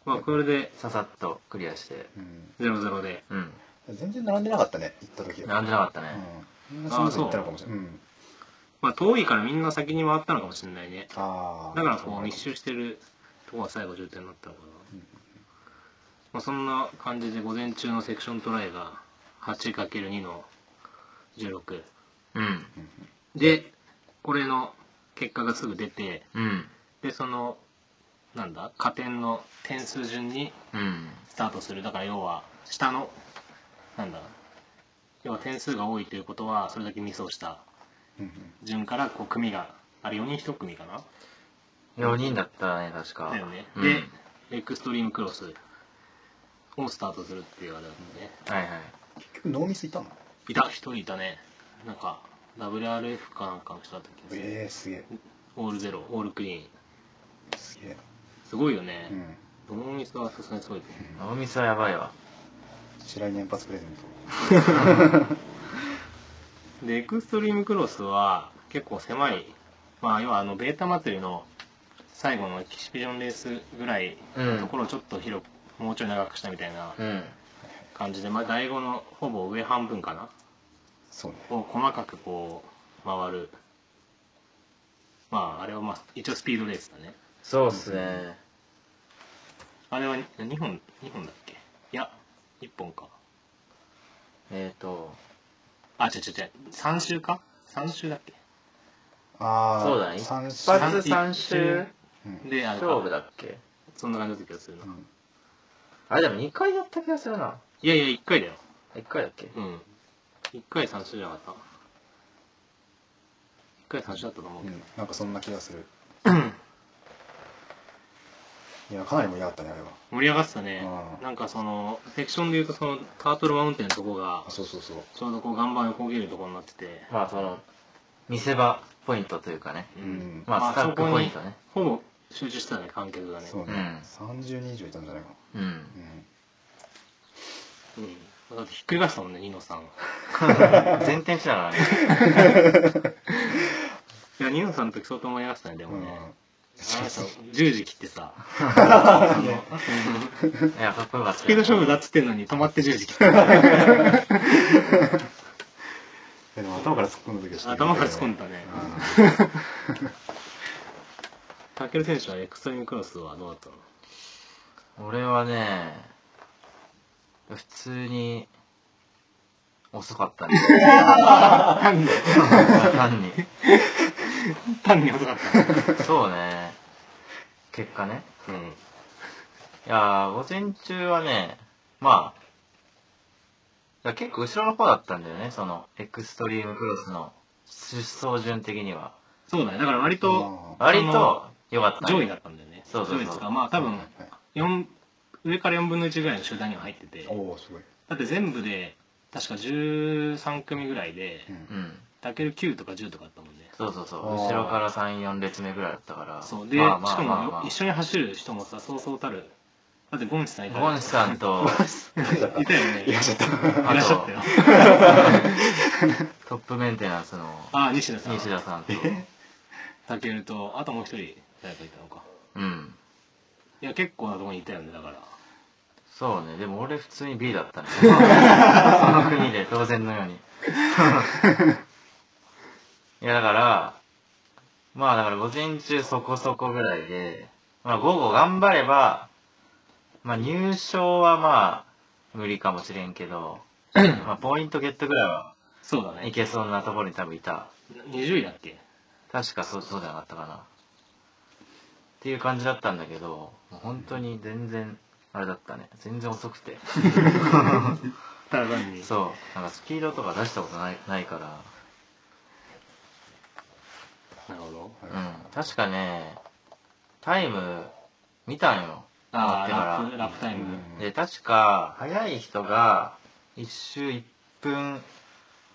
Speaker 1: まあ、これで
Speaker 2: ささっとクリアして。
Speaker 3: うん。
Speaker 1: 00で。
Speaker 2: うん。
Speaker 3: 全然並んでなかったね、行った時は。
Speaker 2: 並んでなかったね。
Speaker 3: うん。そんなこと言ったのかもしれない。うん。
Speaker 1: まあ、遠いからみんな先に回ったのかもしれないね。
Speaker 3: ああ。
Speaker 1: だから、こう、密集してるとこが最後重点になったのかな。
Speaker 3: うん
Speaker 1: まあ、そんな感じで午前中のセクショントライが 8×2 の16。
Speaker 2: うん。
Speaker 1: で、これの結果がすぐ出て、
Speaker 2: うん。
Speaker 1: で、その、なんだ、加点の点数順に
Speaker 2: うん。
Speaker 1: スタートするだから要は下のなんだ要は点数が多いということはそれだけミスをした
Speaker 3: うんうん
Speaker 1: 順からこう組があれ4人1組かな
Speaker 2: 4人だったね、確か。
Speaker 1: だよね。
Speaker 2: うん
Speaker 1: で、エクストリームクロスをスタートするっていうあれだったね。
Speaker 2: はいはい。
Speaker 3: 結局ノーミスいたの
Speaker 1: いた、一人いたね。なんか、WRF かなんかの人だったっけ、
Speaker 3: ええすげえ
Speaker 1: オールゼロ、オールクリーン。
Speaker 3: すげえ
Speaker 1: すごいよね
Speaker 3: う。ん
Speaker 1: どのお店はさすがにすごいと思う。
Speaker 2: 脳みそはやばいわ。
Speaker 3: 白井年発プレゼント
Speaker 1: で、エクストリームクロスは結構狭い、まあ、要はあのベータ祭りの最後のエキシビジョンレースぐらいのところをちょっと広く、もうちょい長くしたみたいな
Speaker 2: うん。
Speaker 1: 感じで、まあ、第5のほぼ上半分かな、
Speaker 3: そうね
Speaker 1: を細かくこう、回る。まあ、あれはまあ、一応スピードレースだね。
Speaker 2: そうっすね。
Speaker 1: あれは2本、2本だっけいや、1本か。
Speaker 2: えっ、ー、と、
Speaker 1: あ、違う違う違う、3周か ?3 周だっけ
Speaker 3: ああ
Speaker 2: そうだね。一
Speaker 3: 三
Speaker 2: 発
Speaker 3: 振
Speaker 2: 3周
Speaker 3: うん
Speaker 1: で、あれか
Speaker 2: 勝負だっけ
Speaker 1: そんな感じだった気がするな。
Speaker 3: うん
Speaker 2: あれでも2回やった気がするな。
Speaker 1: いやいや、1回だよ。
Speaker 2: 1回だっけ
Speaker 1: うん。一回三種じゃなかった一回三種だったと思う
Speaker 3: う
Speaker 1: けど。
Speaker 3: んなんかそんな気がするいやかなり盛り上がったねあれは
Speaker 1: 盛り上がってたね
Speaker 3: う。ん
Speaker 1: なんかその、セクションで言うとその、タートルマウンテンのとこが
Speaker 3: あ、そうそうそう
Speaker 1: ちょうどこう岩盤横切るとこになってて、
Speaker 2: まあその、見せ場ポイントというかね。
Speaker 1: う
Speaker 3: うん
Speaker 2: まあスタ
Speaker 1: そ
Speaker 2: ック
Speaker 1: こ
Speaker 2: ポイン
Speaker 1: に
Speaker 2: トね。
Speaker 1: ほぼ集中してたね、観客がね。
Speaker 3: そう
Speaker 2: うん
Speaker 3: ね30人以上いたんじゃないか な
Speaker 2: うん。
Speaker 3: うん
Speaker 1: うん。だってひっくり返したもんね、ニノさん。い
Speaker 2: 前転しながらね。
Speaker 1: や、ニノさんの時相当盛り上がってたね、でもね。
Speaker 3: うん
Speaker 1: あなた、10時切ってさ、
Speaker 2: いや、かっこよかった。
Speaker 1: スピード勝負だっつってんのに止まって10時切ってた。
Speaker 3: えでも頭から突っ込んだ時はちょっと
Speaker 1: 頭から突っ込んだね。
Speaker 3: うん
Speaker 1: タケル選手はエクストリームクロスはどうだったの
Speaker 2: 俺はね、普通に、遅かったね。
Speaker 1: 単に、
Speaker 2: 単に。
Speaker 1: 単に遅かった。
Speaker 2: そうね。結果ね。
Speaker 1: うん。
Speaker 2: いやー、午前中はね、まあ、いや結構後ろの方だったんだよね、その、エクストリームクロスの出走順的には。
Speaker 1: そうだね。だから割と、
Speaker 2: 割と、良かった、ね。
Speaker 1: 上位だったんだよね。
Speaker 2: そうそうそう
Speaker 1: 上位ですか。 まあ多分、四上から4分の1ぐらいの集団には入ってて、
Speaker 3: おおすごい、
Speaker 1: だって全部で、確か13組ぐらいで、
Speaker 3: うん
Speaker 2: うん。
Speaker 1: タケル9とか10とかあったもんね。
Speaker 2: そうそうそ
Speaker 3: あ
Speaker 2: う。
Speaker 3: ー
Speaker 2: 後ろから3、4列目ぐらいだったから。
Speaker 1: そう。で、
Speaker 2: まあま
Speaker 1: し
Speaker 2: あ
Speaker 1: か
Speaker 2: まあま
Speaker 1: も
Speaker 2: あ
Speaker 1: 一。緒に走る人もさ、そうそうたる。だってゴンチさんいた
Speaker 2: ゴンシさんと、
Speaker 1: ん。 いたよね。いらっし ゃった。いらっしゃったよ。
Speaker 2: トップメンテナンスの
Speaker 1: ああ、西田さん。
Speaker 2: 西田さんと、
Speaker 1: タケルと、あともう一人、誰かいたのか。
Speaker 2: うん。
Speaker 1: いや、結構なとこにいたよね、だから。
Speaker 2: そうね、でも俺普通に B だ ったね。その国で当然のように。いやだから、まあだから午前中そこそこぐらいで、まあ午後頑張れば、まあ入賞はまあ無理かもしれんけど、まあポイントゲットぐらいは
Speaker 1: そうだね
Speaker 2: い。けそうなところに多分いた。
Speaker 1: 20位だっ け
Speaker 2: 確かそうそうじゃなかったかな。っていう感じだったんだけど、もう本当に全然、あれだったね。全然遅くて。
Speaker 1: ただ単にそう
Speaker 2: そう。なんかスピードとか出したことないないから。
Speaker 1: なるほど
Speaker 2: うん。確かね、タイム見たんよ。
Speaker 1: ああ
Speaker 2: 終わ
Speaker 1: ラ
Speaker 2: っ
Speaker 1: ップ
Speaker 2: てから
Speaker 1: ラップタイム、
Speaker 3: うん
Speaker 2: で、確か、早い人が、1周1分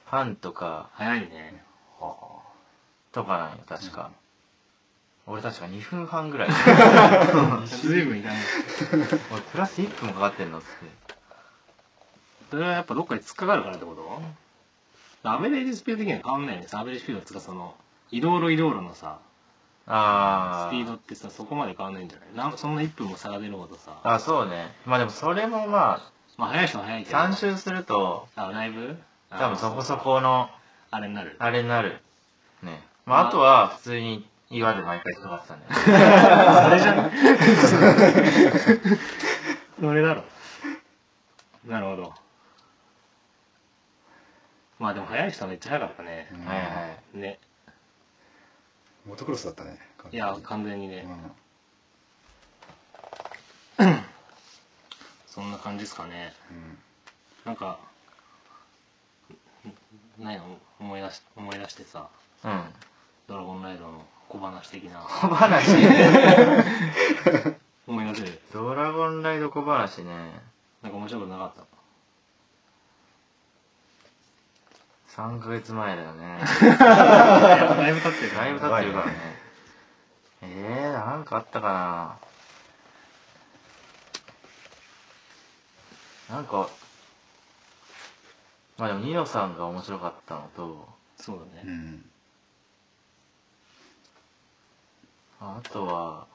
Speaker 2: 半とか、
Speaker 1: 早い ね
Speaker 3: は
Speaker 2: とかなんよ、確か。俺確か2分半 ぐらい。
Speaker 1: 随分いらない
Speaker 2: 俺プラス1分かかってんのっつって。
Speaker 1: それはやっぱどっかに突っかかるからってことアベレージスピード的には変わんないよねさアベレージスピードっていうかその移動路移動路のさ
Speaker 2: あ
Speaker 1: ス
Speaker 2: ー。
Speaker 1: ピードってさそこまで変わんないんじゃないなんそんな1分も差が出るほどさ
Speaker 2: あ、そうね。まあでもそれもま
Speaker 1: まあ速い人は速い
Speaker 2: あ、
Speaker 1: けど
Speaker 2: 3周すると、
Speaker 1: あライブ
Speaker 2: 多分そこ
Speaker 1: こ
Speaker 2: そこの、
Speaker 1: あれになる
Speaker 2: あれになる。ね。まああとは、普通に岩で毎回人がってたね。
Speaker 1: あれじゃ んそれだろなるほどまあでも速い人はめっちゃ速かったね
Speaker 3: あ、うん
Speaker 2: はいはい。
Speaker 1: ね
Speaker 3: モトクロスだったね
Speaker 1: いや完全にね、
Speaker 3: うん
Speaker 1: そんな感じですかね
Speaker 3: うん
Speaker 1: なんかんないの思い出し思い出してさ
Speaker 2: うん。
Speaker 1: ドラゴンライドの小話的な、
Speaker 2: 小話
Speaker 1: 思い出せる。
Speaker 2: ドラゴンライド小話ね。
Speaker 1: なんか面白くなかった。
Speaker 2: 3ヶ月前だよね。
Speaker 1: だいぶ経ってる。
Speaker 2: だいぶ経ってるからね。えー、なんかあったかな。なんか、まあでも、ニノさんが面白かったのと、
Speaker 1: そうだ
Speaker 3: う
Speaker 1: ね。
Speaker 3: ん。
Speaker 2: ああとは、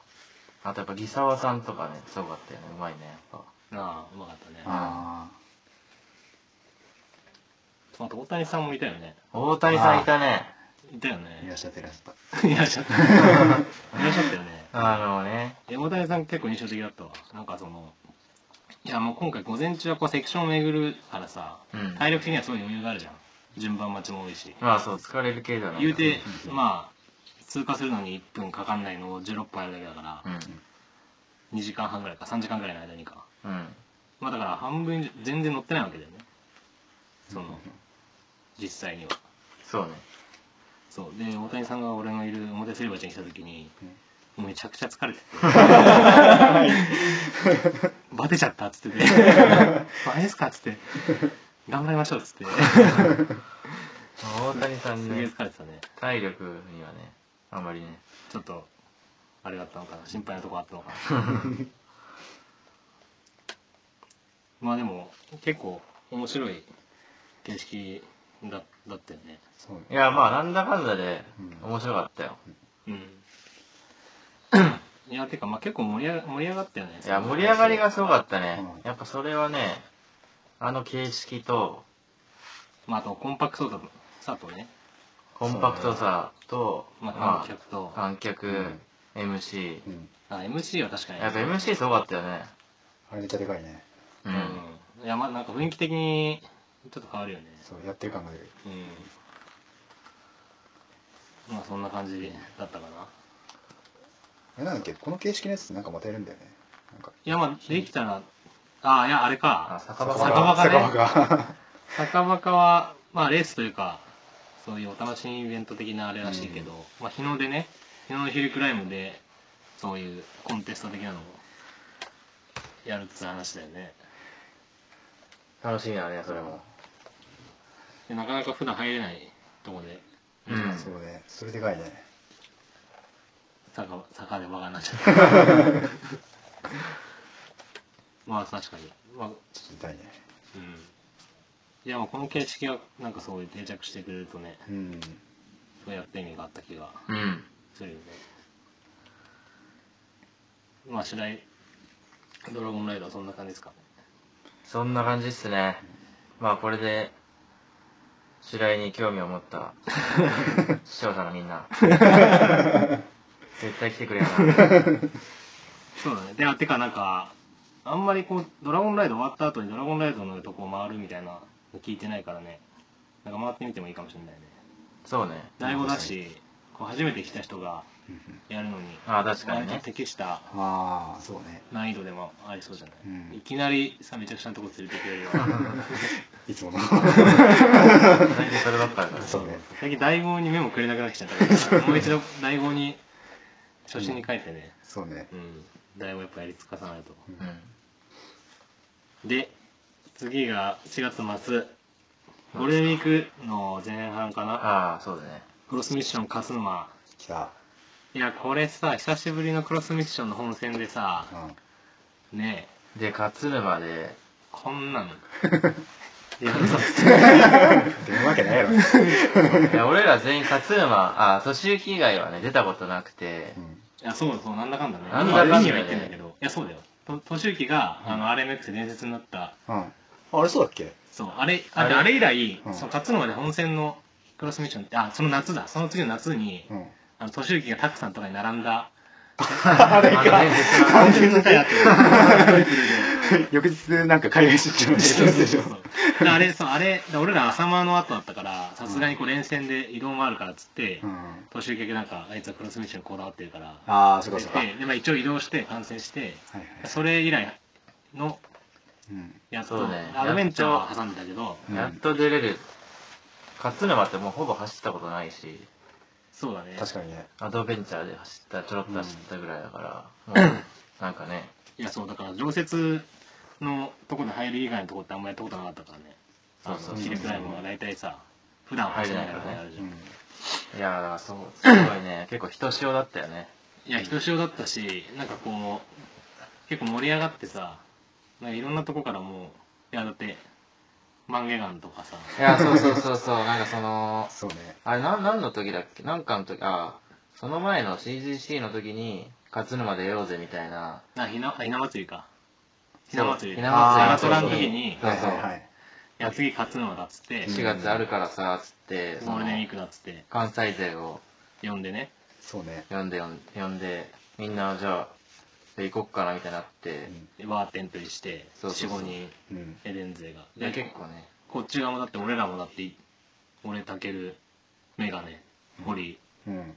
Speaker 2: あとやっぱ、ギサワさんとかね、すごかったよね。うまいね、やっぱ。
Speaker 1: ああ、うまかったね。あ
Speaker 3: あ
Speaker 1: と大谷さんもいたよね。
Speaker 2: 大谷さんいたね。
Speaker 1: いたよ
Speaker 3: あ、いら
Speaker 1: ね
Speaker 3: っ。しゃってらっしゃっ
Speaker 1: いらっしゃった。いらっしゃったよね。
Speaker 2: あのね、
Speaker 1: いや大谷さん結構印象的だったわ。なんかその、いやもう今回午前中はこうセクションを巡るからさ、
Speaker 2: うん
Speaker 1: 体力的にはすごい余裕があるじゃん。順番待ちも多いし。
Speaker 2: まあそう、疲れる系だね。
Speaker 1: 言うて、まあ、通過するのに1分かかんないのを16分やるだけだか
Speaker 2: う
Speaker 1: ら、
Speaker 2: ん。
Speaker 1: 2時間半ぐらいか、3時間ぐらいの間にか。
Speaker 2: うん。
Speaker 1: まあだから半分以上、全然乗ってないわけだよね。その、実際には。
Speaker 2: そうね。
Speaker 1: そう。で、大谷さんが俺のいる表すり鉢に来た時に、もうめちゃくちゃ疲れてて。 バテちゃったっつってて。マジっすかっつって。頑張りましょうっつって。
Speaker 2: 大谷さん
Speaker 1: すげえ
Speaker 2: ね、
Speaker 1: 疲れてたね。
Speaker 2: 体力にはね、あんまりね。
Speaker 1: ちょっと、あれだったのかな。心配なとこあったのかな。まあでも、結構面白い形式だだったよね。
Speaker 3: そう
Speaker 2: いや、まあ、なんだかんだで、
Speaker 3: うん
Speaker 2: 面白かったよ。
Speaker 1: うん。いや、てか、まあ結構盛り上が盛り上がったよね。
Speaker 2: いや、盛り上がりがすごかったね
Speaker 3: うん。
Speaker 2: やっぱそれはね、あの形式と、
Speaker 1: まあ、あとコンパクトさとね、
Speaker 2: コンパクトさと、
Speaker 1: ま
Speaker 2: ま
Speaker 1: あ、観客
Speaker 2: あ
Speaker 1: と、
Speaker 2: 観客、
Speaker 3: ん
Speaker 2: MC。
Speaker 3: うん。
Speaker 1: あ MC は確かに。
Speaker 2: やっぱ MC すごかったよね。
Speaker 3: あれめっちゃでかいね。
Speaker 2: う。
Speaker 1: うんん。いや、まあなんか雰囲気的にちょっと変わるよね。
Speaker 3: そう、やってる感が出る。
Speaker 1: うん。まあそんな感じだったかな。
Speaker 3: え、なんだっけ、この形式のやつってなんかまたやるんだよね。なんか。
Speaker 1: いや、まあできたら、ああ、いや、あれ
Speaker 2: あ、
Speaker 1: か。
Speaker 2: 酒場
Speaker 1: 場
Speaker 2: か
Speaker 1: か
Speaker 2: な。
Speaker 1: がね
Speaker 3: 酒場が
Speaker 1: 坂バカは、まあレースというか、そういうお楽しみイベント的なあれらしいけど、まあ日の出ね、日の昼クライムで、そういうコンテスト的なのをやるって話だよね。
Speaker 2: 楽しみだね、それも。
Speaker 1: でなかなか普段入れないとこで、
Speaker 2: うん。
Speaker 3: そうね。それでかいね。
Speaker 1: 坂坂でバカになっちゃっ た。まあ確かに。まあ、
Speaker 3: ちょっと痛いね。
Speaker 1: うん。いや、もうこの形式がなんかそういう定着してくれるとね、
Speaker 3: うん。
Speaker 1: そうやって意味があった気が
Speaker 2: うん。
Speaker 1: するよね。まあ、次第、ドラゴンライドはそんな感じですかね。
Speaker 2: そんな感じっすね。まあ、これで、白井に興味を持った 視聴者のみんな。絶対来てくれよな。
Speaker 1: そうだね。で、あてかなんか、あんまりこう、ドラゴンライド終わった後にドラゴンライドのとこを回るみたいなの聞いてないからね、なんか回ってみてもいいかもしれないね。
Speaker 2: そうね。
Speaker 1: 醍醐だし、こう初めて来た人がやるのに、
Speaker 2: ああ、確かに
Speaker 1: 割
Speaker 2: ね
Speaker 1: と。適した
Speaker 3: ああ、そうね。
Speaker 1: 難易度でもありそうじゃない、
Speaker 3: うん
Speaker 1: いきなりさめちゃくちゃなとこ連れてくれる よ
Speaker 3: いつもの。
Speaker 2: 最近そればっかだからね。
Speaker 3: そうね。
Speaker 1: 最近大号に目もくれなくなってきちゃったから もう一度大号に初心に書いてね
Speaker 3: そうね
Speaker 1: う。ん大号やっぱやり尽かさないと
Speaker 2: うん。
Speaker 1: で次が4月末ゴールデンウィークの前半かな
Speaker 2: ああ、そうだね。
Speaker 1: クロスミッション勝沼
Speaker 3: 来た。
Speaker 1: いやこれさ久しぶりのクロスミッションの本戦でさ
Speaker 3: うん。
Speaker 1: ねえ
Speaker 2: で、勝沼で、
Speaker 1: こん なのやるぞ
Speaker 3: 出るわけないやろ。
Speaker 2: いや俺ら全員勝沼、ああ、年行き以外はね、出たことなくて、
Speaker 3: うん。
Speaker 1: いや、そうそう、なんだかんだね。
Speaker 2: なんだかんだね
Speaker 1: 今、には言ってんだけど。いや、そうだよ。と、としゆきが、あの、RMX で伝説になった、
Speaker 3: うん。あれそうだっけ
Speaker 1: そう、あれ、あ
Speaker 2: あれ
Speaker 1: れあれ以来、
Speaker 3: うん
Speaker 1: その、勝沼で本戦のクロスミッションって、あ、その夏だ。その次の夏に、
Speaker 3: うん。
Speaker 1: あの、としゆきがタクさんとかに並んだ、
Speaker 3: あれ
Speaker 2: あの伝説の
Speaker 3: 完全
Speaker 1: 全
Speaker 3: に
Speaker 1: の回あ って、トリプルで。
Speaker 3: 翌日なんか海外出張し
Speaker 1: そ
Speaker 3: て
Speaker 1: う
Speaker 3: る
Speaker 1: そ
Speaker 3: で
Speaker 1: う
Speaker 3: し
Speaker 1: そ
Speaker 3: ょ
Speaker 1: う。であれ、そう、あれ、で俺ら朝間の後だったから、さすがにこう連戦で移動もあるからっつって
Speaker 3: う、ん。
Speaker 1: としゆきがなんか、あいつはクロスミッションにこだわってるから、
Speaker 3: ああ、そうかそうか。はい
Speaker 1: で、でまあ一応移動して、観戦して、
Speaker 3: はい。
Speaker 1: それ以来の
Speaker 3: うん。
Speaker 1: やっ
Speaker 2: そ
Speaker 1: と、
Speaker 2: うね
Speaker 1: アドベンチャーは挟んだけど、
Speaker 3: うん
Speaker 2: やっと出れる。勝沼ってもうほぼ走ったことないし、
Speaker 1: そうだね。
Speaker 3: 確かにね。
Speaker 2: アドベンチャーで走ったちょろっと走ったぐらいだから、もう なんかね
Speaker 1: いや、そう、だから常設のとこで入る以外のとこってあんまやったことなかったからね。
Speaker 2: そうそう
Speaker 1: あのヒルクライムは大体さ、普段走らないからね、あるじゃん。
Speaker 2: いやーだからそうすごいね結構人潮だったよね
Speaker 1: いや、人潮だったし、なんかこう、結構盛り上がってさ、なんかいろんなとこからもう、いや、だって、マンゲガンとかさ、
Speaker 2: いやそうそうそうそうなんかその
Speaker 3: そうね。
Speaker 2: あれなん何の時だっけなんかの時あーその前の CGC の時に勝沼でやろうぜみたいな
Speaker 1: なひな、あひな祭りか。ひな祭り。
Speaker 2: ひな祭り
Speaker 1: あーマラソンの時に、
Speaker 2: そう
Speaker 3: は
Speaker 2: そう
Speaker 3: いはいはい。
Speaker 1: いや、次勝つのはだっつって、
Speaker 2: 4月あるからさつって、
Speaker 1: ゴ
Speaker 2: そ
Speaker 1: ール
Speaker 2: の
Speaker 1: デンウィークだっつって、
Speaker 2: 関西勢を
Speaker 1: 呼んでね。
Speaker 3: そうね。
Speaker 2: 呼んで呼ん呼んでみんなじゃあで行こっかなみたいになって、
Speaker 1: でバーテントリして、
Speaker 2: そうそうそう
Speaker 1: 4、5人、
Speaker 3: うん。うん。
Speaker 1: エデン勢が。
Speaker 2: で結構ね
Speaker 1: こっち側もだって俺らもだって俺たけるメガネ堀
Speaker 3: うん。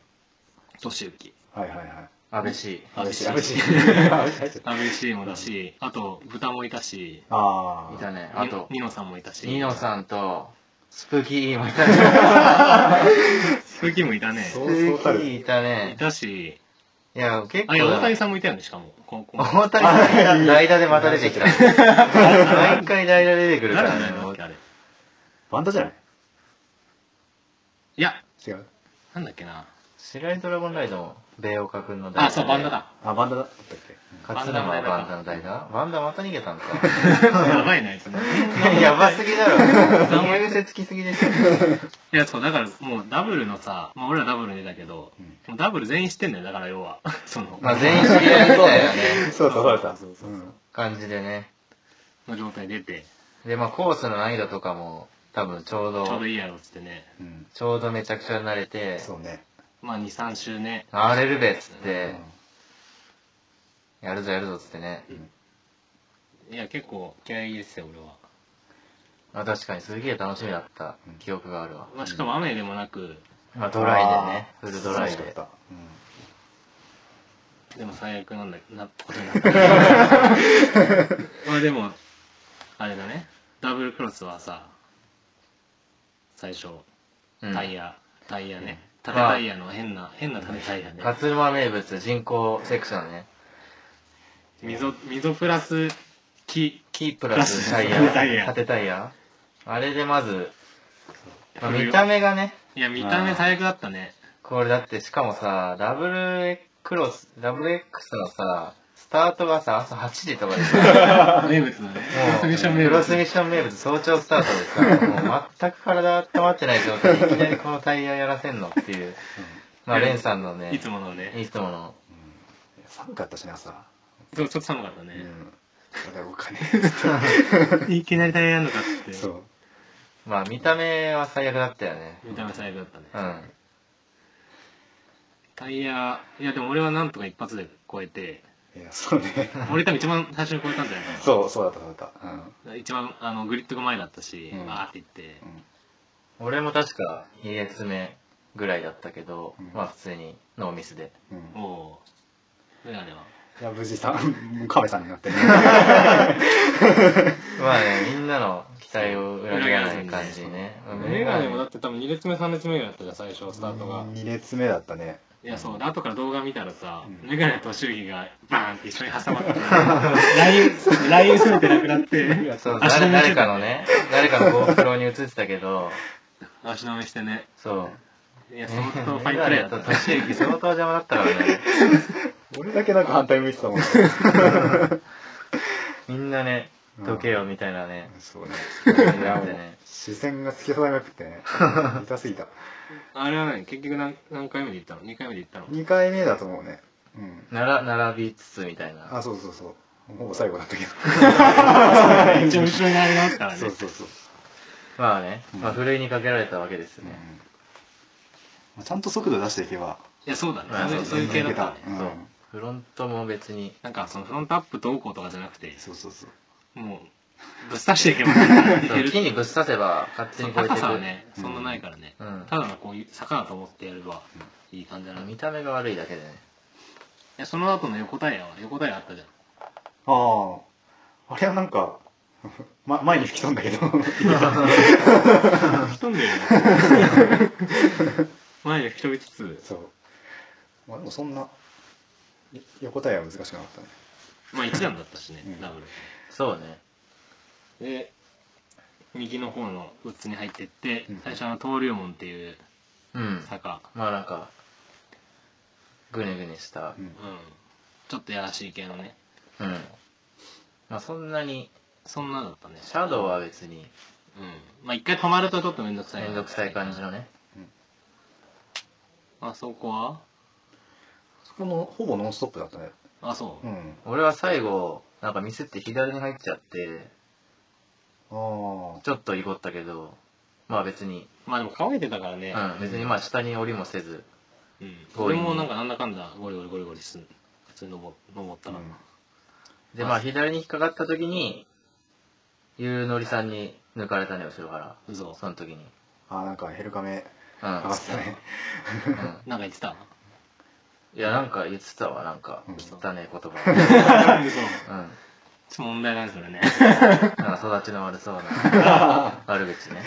Speaker 1: 俊之
Speaker 3: はいはいはい。
Speaker 2: 安倍 C
Speaker 1: 安倍
Speaker 3: 安倍
Speaker 1: 氏
Speaker 3: 氏。安倍氏。
Speaker 1: 安倍氏もだしあと豚もいたし
Speaker 3: ああ。
Speaker 2: いたねあと
Speaker 1: ニノさんもいたし
Speaker 2: ニノさんとスプーキーもいたね
Speaker 1: 鈴木もいたね
Speaker 3: そ
Speaker 2: スプ
Speaker 3: う
Speaker 2: ーキーいた
Speaker 1: い
Speaker 2: ね
Speaker 1: たし
Speaker 2: いや結構
Speaker 1: あいや大谷さんもいたよねしかもここ
Speaker 2: 大谷さんが代打でまた出てきた毎回代打で出てくるか
Speaker 1: 誰
Speaker 2: ら
Speaker 1: じゃない
Speaker 2: ね
Speaker 1: の
Speaker 2: も
Speaker 1: っ
Speaker 2: う
Speaker 1: けあれ
Speaker 3: バンドじゃない
Speaker 1: いや
Speaker 3: 違う。
Speaker 1: なんだっけな
Speaker 2: 白いドラゴンライドも米岡君の代打で
Speaker 1: あそうバンダ だ
Speaker 3: あ、バンドだったっけ
Speaker 2: 勝沼はバンダの代打バンダまた逃げたんか
Speaker 1: やばいなあいつね
Speaker 2: やばすぎだろ名前癖つきすぎでしょ
Speaker 1: いやそうだからもうダブルのさまあ俺らダブル出たけどもうダブル全員知ってんだよだから要は その
Speaker 2: まあ全員知り合いみたいなね
Speaker 3: そうそう、そうだった。
Speaker 1: そうそううそうん
Speaker 2: 感じでね
Speaker 1: の状態出て
Speaker 2: でまあコースの難易度とかも多分ちょうど
Speaker 1: ちょうどいいやろっつってね
Speaker 3: うん。
Speaker 2: ちょうどめちゃくちゃ慣れて
Speaker 3: そうね。
Speaker 1: まあ23週ね
Speaker 2: あれるべっつ
Speaker 3: う
Speaker 2: って
Speaker 3: ん
Speaker 2: やるぞやるぞっつってね
Speaker 1: いや結構気合いですよ俺は、
Speaker 2: まあ確かにすげえ楽しみだった記憶があるわ
Speaker 1: まあ、しかも雨でもなく、
Speaker 2: まあドライでね
Speaker 3: あ
Speaker 2: フ
Speaker 3: ー
Speaker 2: ルドライ
Speaker 3: 楽し
Speaker 2: で
Speaker 3: かった
Speaker 1: でも最悪なんだなことになった まあでもあれだねダブルクロスはさ最初
Speaker 2: うん
Speaker 1: タイヤ、タイヤね縦タイヤの変な変な縦タイヤね
Speaker 2: 勝沼名物人工セクションね
Speaker 1: 溝溝プラス木
Speaker 2: キープラスタイ
Speaker 1: プ ラスタイ
Speaker 2: ヤ
Speaker 1: ヤ
Speaker 2: 縦タイヤあれでまず、まあ、
Speaker 1: これ
Speaker 2: 見た目がね
Speaker 1: いや見た目最悪だった ね
Speaker 2: これだってしかもさダブルクロスダブル X のさスタートがさ朝8時とかでさ
Speaker 1: 名物だねクロスミッション
Speaker 2: もう
Speaker 1: 名
Speaker 2: クロ
Speaker 1: 物
Speaker 2: スミッション名物早朝スタートでさもう全く体温まってない状態でいきなりこのタイヤやらせんのって いう、まあレンさんのね
Speaker 1: いつものね
Speaker 2: いつもの
Speaker 3: うん。寒かったしね、朝。
Speaker 1: そうちょっと寒かった
Speaker 3: う
Speaker 1: ね、
Speaker 3: ん。体動かね
Speaker 1: いきなりタイヤやんのかっつって
Speaker 3: え。そう。
Speaker 2: まあ見た目は最悪だったよね
Speaker 1: 見た目最悪だったね、
Speaker 2: うん
Speaker 1: タイヤいやでも俺はなんとか一発で超えて
Speaker 3: いや、そうね。
Speaker 1: 俺多分一番最初に超えたんじゃないかな
Speaker 3: そう、そうだった、そうだった。うん。
Speaker 1: 一番あのグリッドが前だったし、
Speaker 3: うん
Speaker 1: わーっていって
Speaker 3: うん
Speaker 2: 俺も確か2列目ぐらいだったけど、
Speaker 3: うん
Speaker 2: まあ普通にノーミスで
Speaker 3: うん
Speaker 1: もうメガネはい
Speaker 3: や、無事さん、カメさんになってね。
Speaker 2: まあねみんなの期待を裏切らない感じね
Speaker 1: メガネもだって多分2列目3列目ぐらいだったじゃん最初スタートが、い
Speaker 3: 2列目だったね。
Speaker 1: やそうで後から動画見たらさ、
Speaker 3: うん
Speaker 1: メガネと祝儀がバーンって一緒に挟まって ラインラインすべてなくなって
Speaker 2: そう
Speaker 1: 足の
Speaker 2: 誰
Speaker 1: 道
Speaker 2: 誰か のね誰かの GoPro に映ってたけど
Speaker 1: 足止めしてね
Speaker 2: そう
Speaker 1: いや
Speaker 2: メ
Speaker 1: 相当ファイン
Speaker 2: ガ
Speaker 1: プレ
Speaker 2: ネ
Speaker 1: ーだ
Speaker 2: と
Speaker 1: ったね
Speaker 2: 俊之相当邪魔だったからね
Speaker 3: 俺だけなんか反対向いてたもん。
Speaker 2: みんなね
Speaker 3: うん
Speaker 2: どけよみたいなね
Speaker 3: そうね。
Speaker 2: い
Speaker 3: い
Speaker 2: や
Speaker 3: や、
Speaker 2: も
Speaker 3: も
Speaker 2: う
Speaker 3: う、視線が突き刺さりまくって ね。痛すぎた。
Speaker 1: あれはね結局何何回目で行ったの2回目で行ったの
Speaker 3: 2回目だと思うね。うん。
Speaker 2: なら並びつつみたいな
Speaker 3: あ、そうそうそう。ほぼ最後だったけど。
Speaker 1: 一応後ろにあれがあったからね
Speaker 3: そうそうそう。
Speaker 2: まあね、まあ、ふるいにかけられたわけですね、
Speaker 3: うんちゃんと速度出していけば、
Speaker 1: いやそうだね
Speaker 2: まあ
Speaker 1: そういうそういう系だったね
Speaker 3: うん
Speaker 2: そうフロントも別に
Speaker 1: なんかそのフロントアップどうこうとかじゃなくて
Speaker 3: そうそうそう。
Speaker 1: もうぶっ刺していけばい
Speaker 2: そう
Speaker 1: ける
Speaker 2: 木にぶっ刺せば勝手に超えて
Speaker 1: 高
Speaker 2: く
Speaker 1: さは
Speaker 2: る、
Speaker 1: ねそんなないからね、
Speaker 2: うん
Speaker 1: ただのこういう坂だと思ってやればいい感じだな、い
Speaker 2: 見た目が悪いだけでね
Speaker 1: やその後の横タイヤは横タイヤあったじゃん
Speaker 3: ああ、あれはなんか、ま、前に吹き飛んだ けど、
Speaker 1: 吹き飛んでるよね前で吹人ずつ、
Speaker 3: そうまあでもそんなよ横たえは難しくなかったね
Speaker 1: まあ1段だったしね
Speaker 3: う、ん
Speaker 1: ダブル。
Speaker 2: そうね。
Speaker 1: で、右の方のウッズに入ってって
Speaker 3: うん、
Speaker 1: 最初あの登竜門っていう
Speaker 2: うん。
Speaker 1: 坂、
Speaker 2: まあなんか、ぐねぐねした。
Speaker 3: う
Speaker 2: うん。
Speaker 1: うん
Speaker 3: ん、
Speaker 1: ちょっとやらしい系のね、
Speaker 2: まあそんなに、
Speaker 1: そんなだったね。
Speaker 2: シャドウは別に
Speaker 1: うん。まあ一回止まるとちょっとめんどくさい。
Speaker 2: めんどくさい感じのね。
Speaker 3: うん
Speaker 1: あそこは
Speaker 3: そこのほぼノンストップだったね
Speaker 1: あ、そうう。
Speaker 3: ん
Speaker 2: 俺は最後、なんかミスって左に入っちゃって、
Speaker 3: ああ
Speaker 2: ちょっといこったけど、まあ別に、
Speaker 1: まあでも乾いてたからね。
Speaker 2: うん、別にまあ下に降りもせず、
Speaker 1: うん。
Speaker 2: 強
Speaker 1: 俺
Speaker 2: 引に
Speaker 1: もなんかなんだかんだゴリゴリゴリゴリすん普通に登登ったから。
Speaker 2: で、まあ左に引っかかった時に、ゆうのりさんに抜かれたね、後ろから。
Speaker 1: 嘘
Speaker 2: その時に。
Speaker 3: あーなんかヘルカメ
Speaker 2: うん。
Speaker 3: 上がってたね
Speaker 2: うん
Speaker 1: なんか言ってた
Speaker 2: いや、なんか言ってたわ、なんか
Speaker 3: うん。
Speaker 2: 汚ね言葉。
Speaker 1: 嘘。
Speaker 2: うん。
Speaker 1: ちょっと問題なんですよね。
Speaker 2: なんか育ちの悪そうな悪口ね。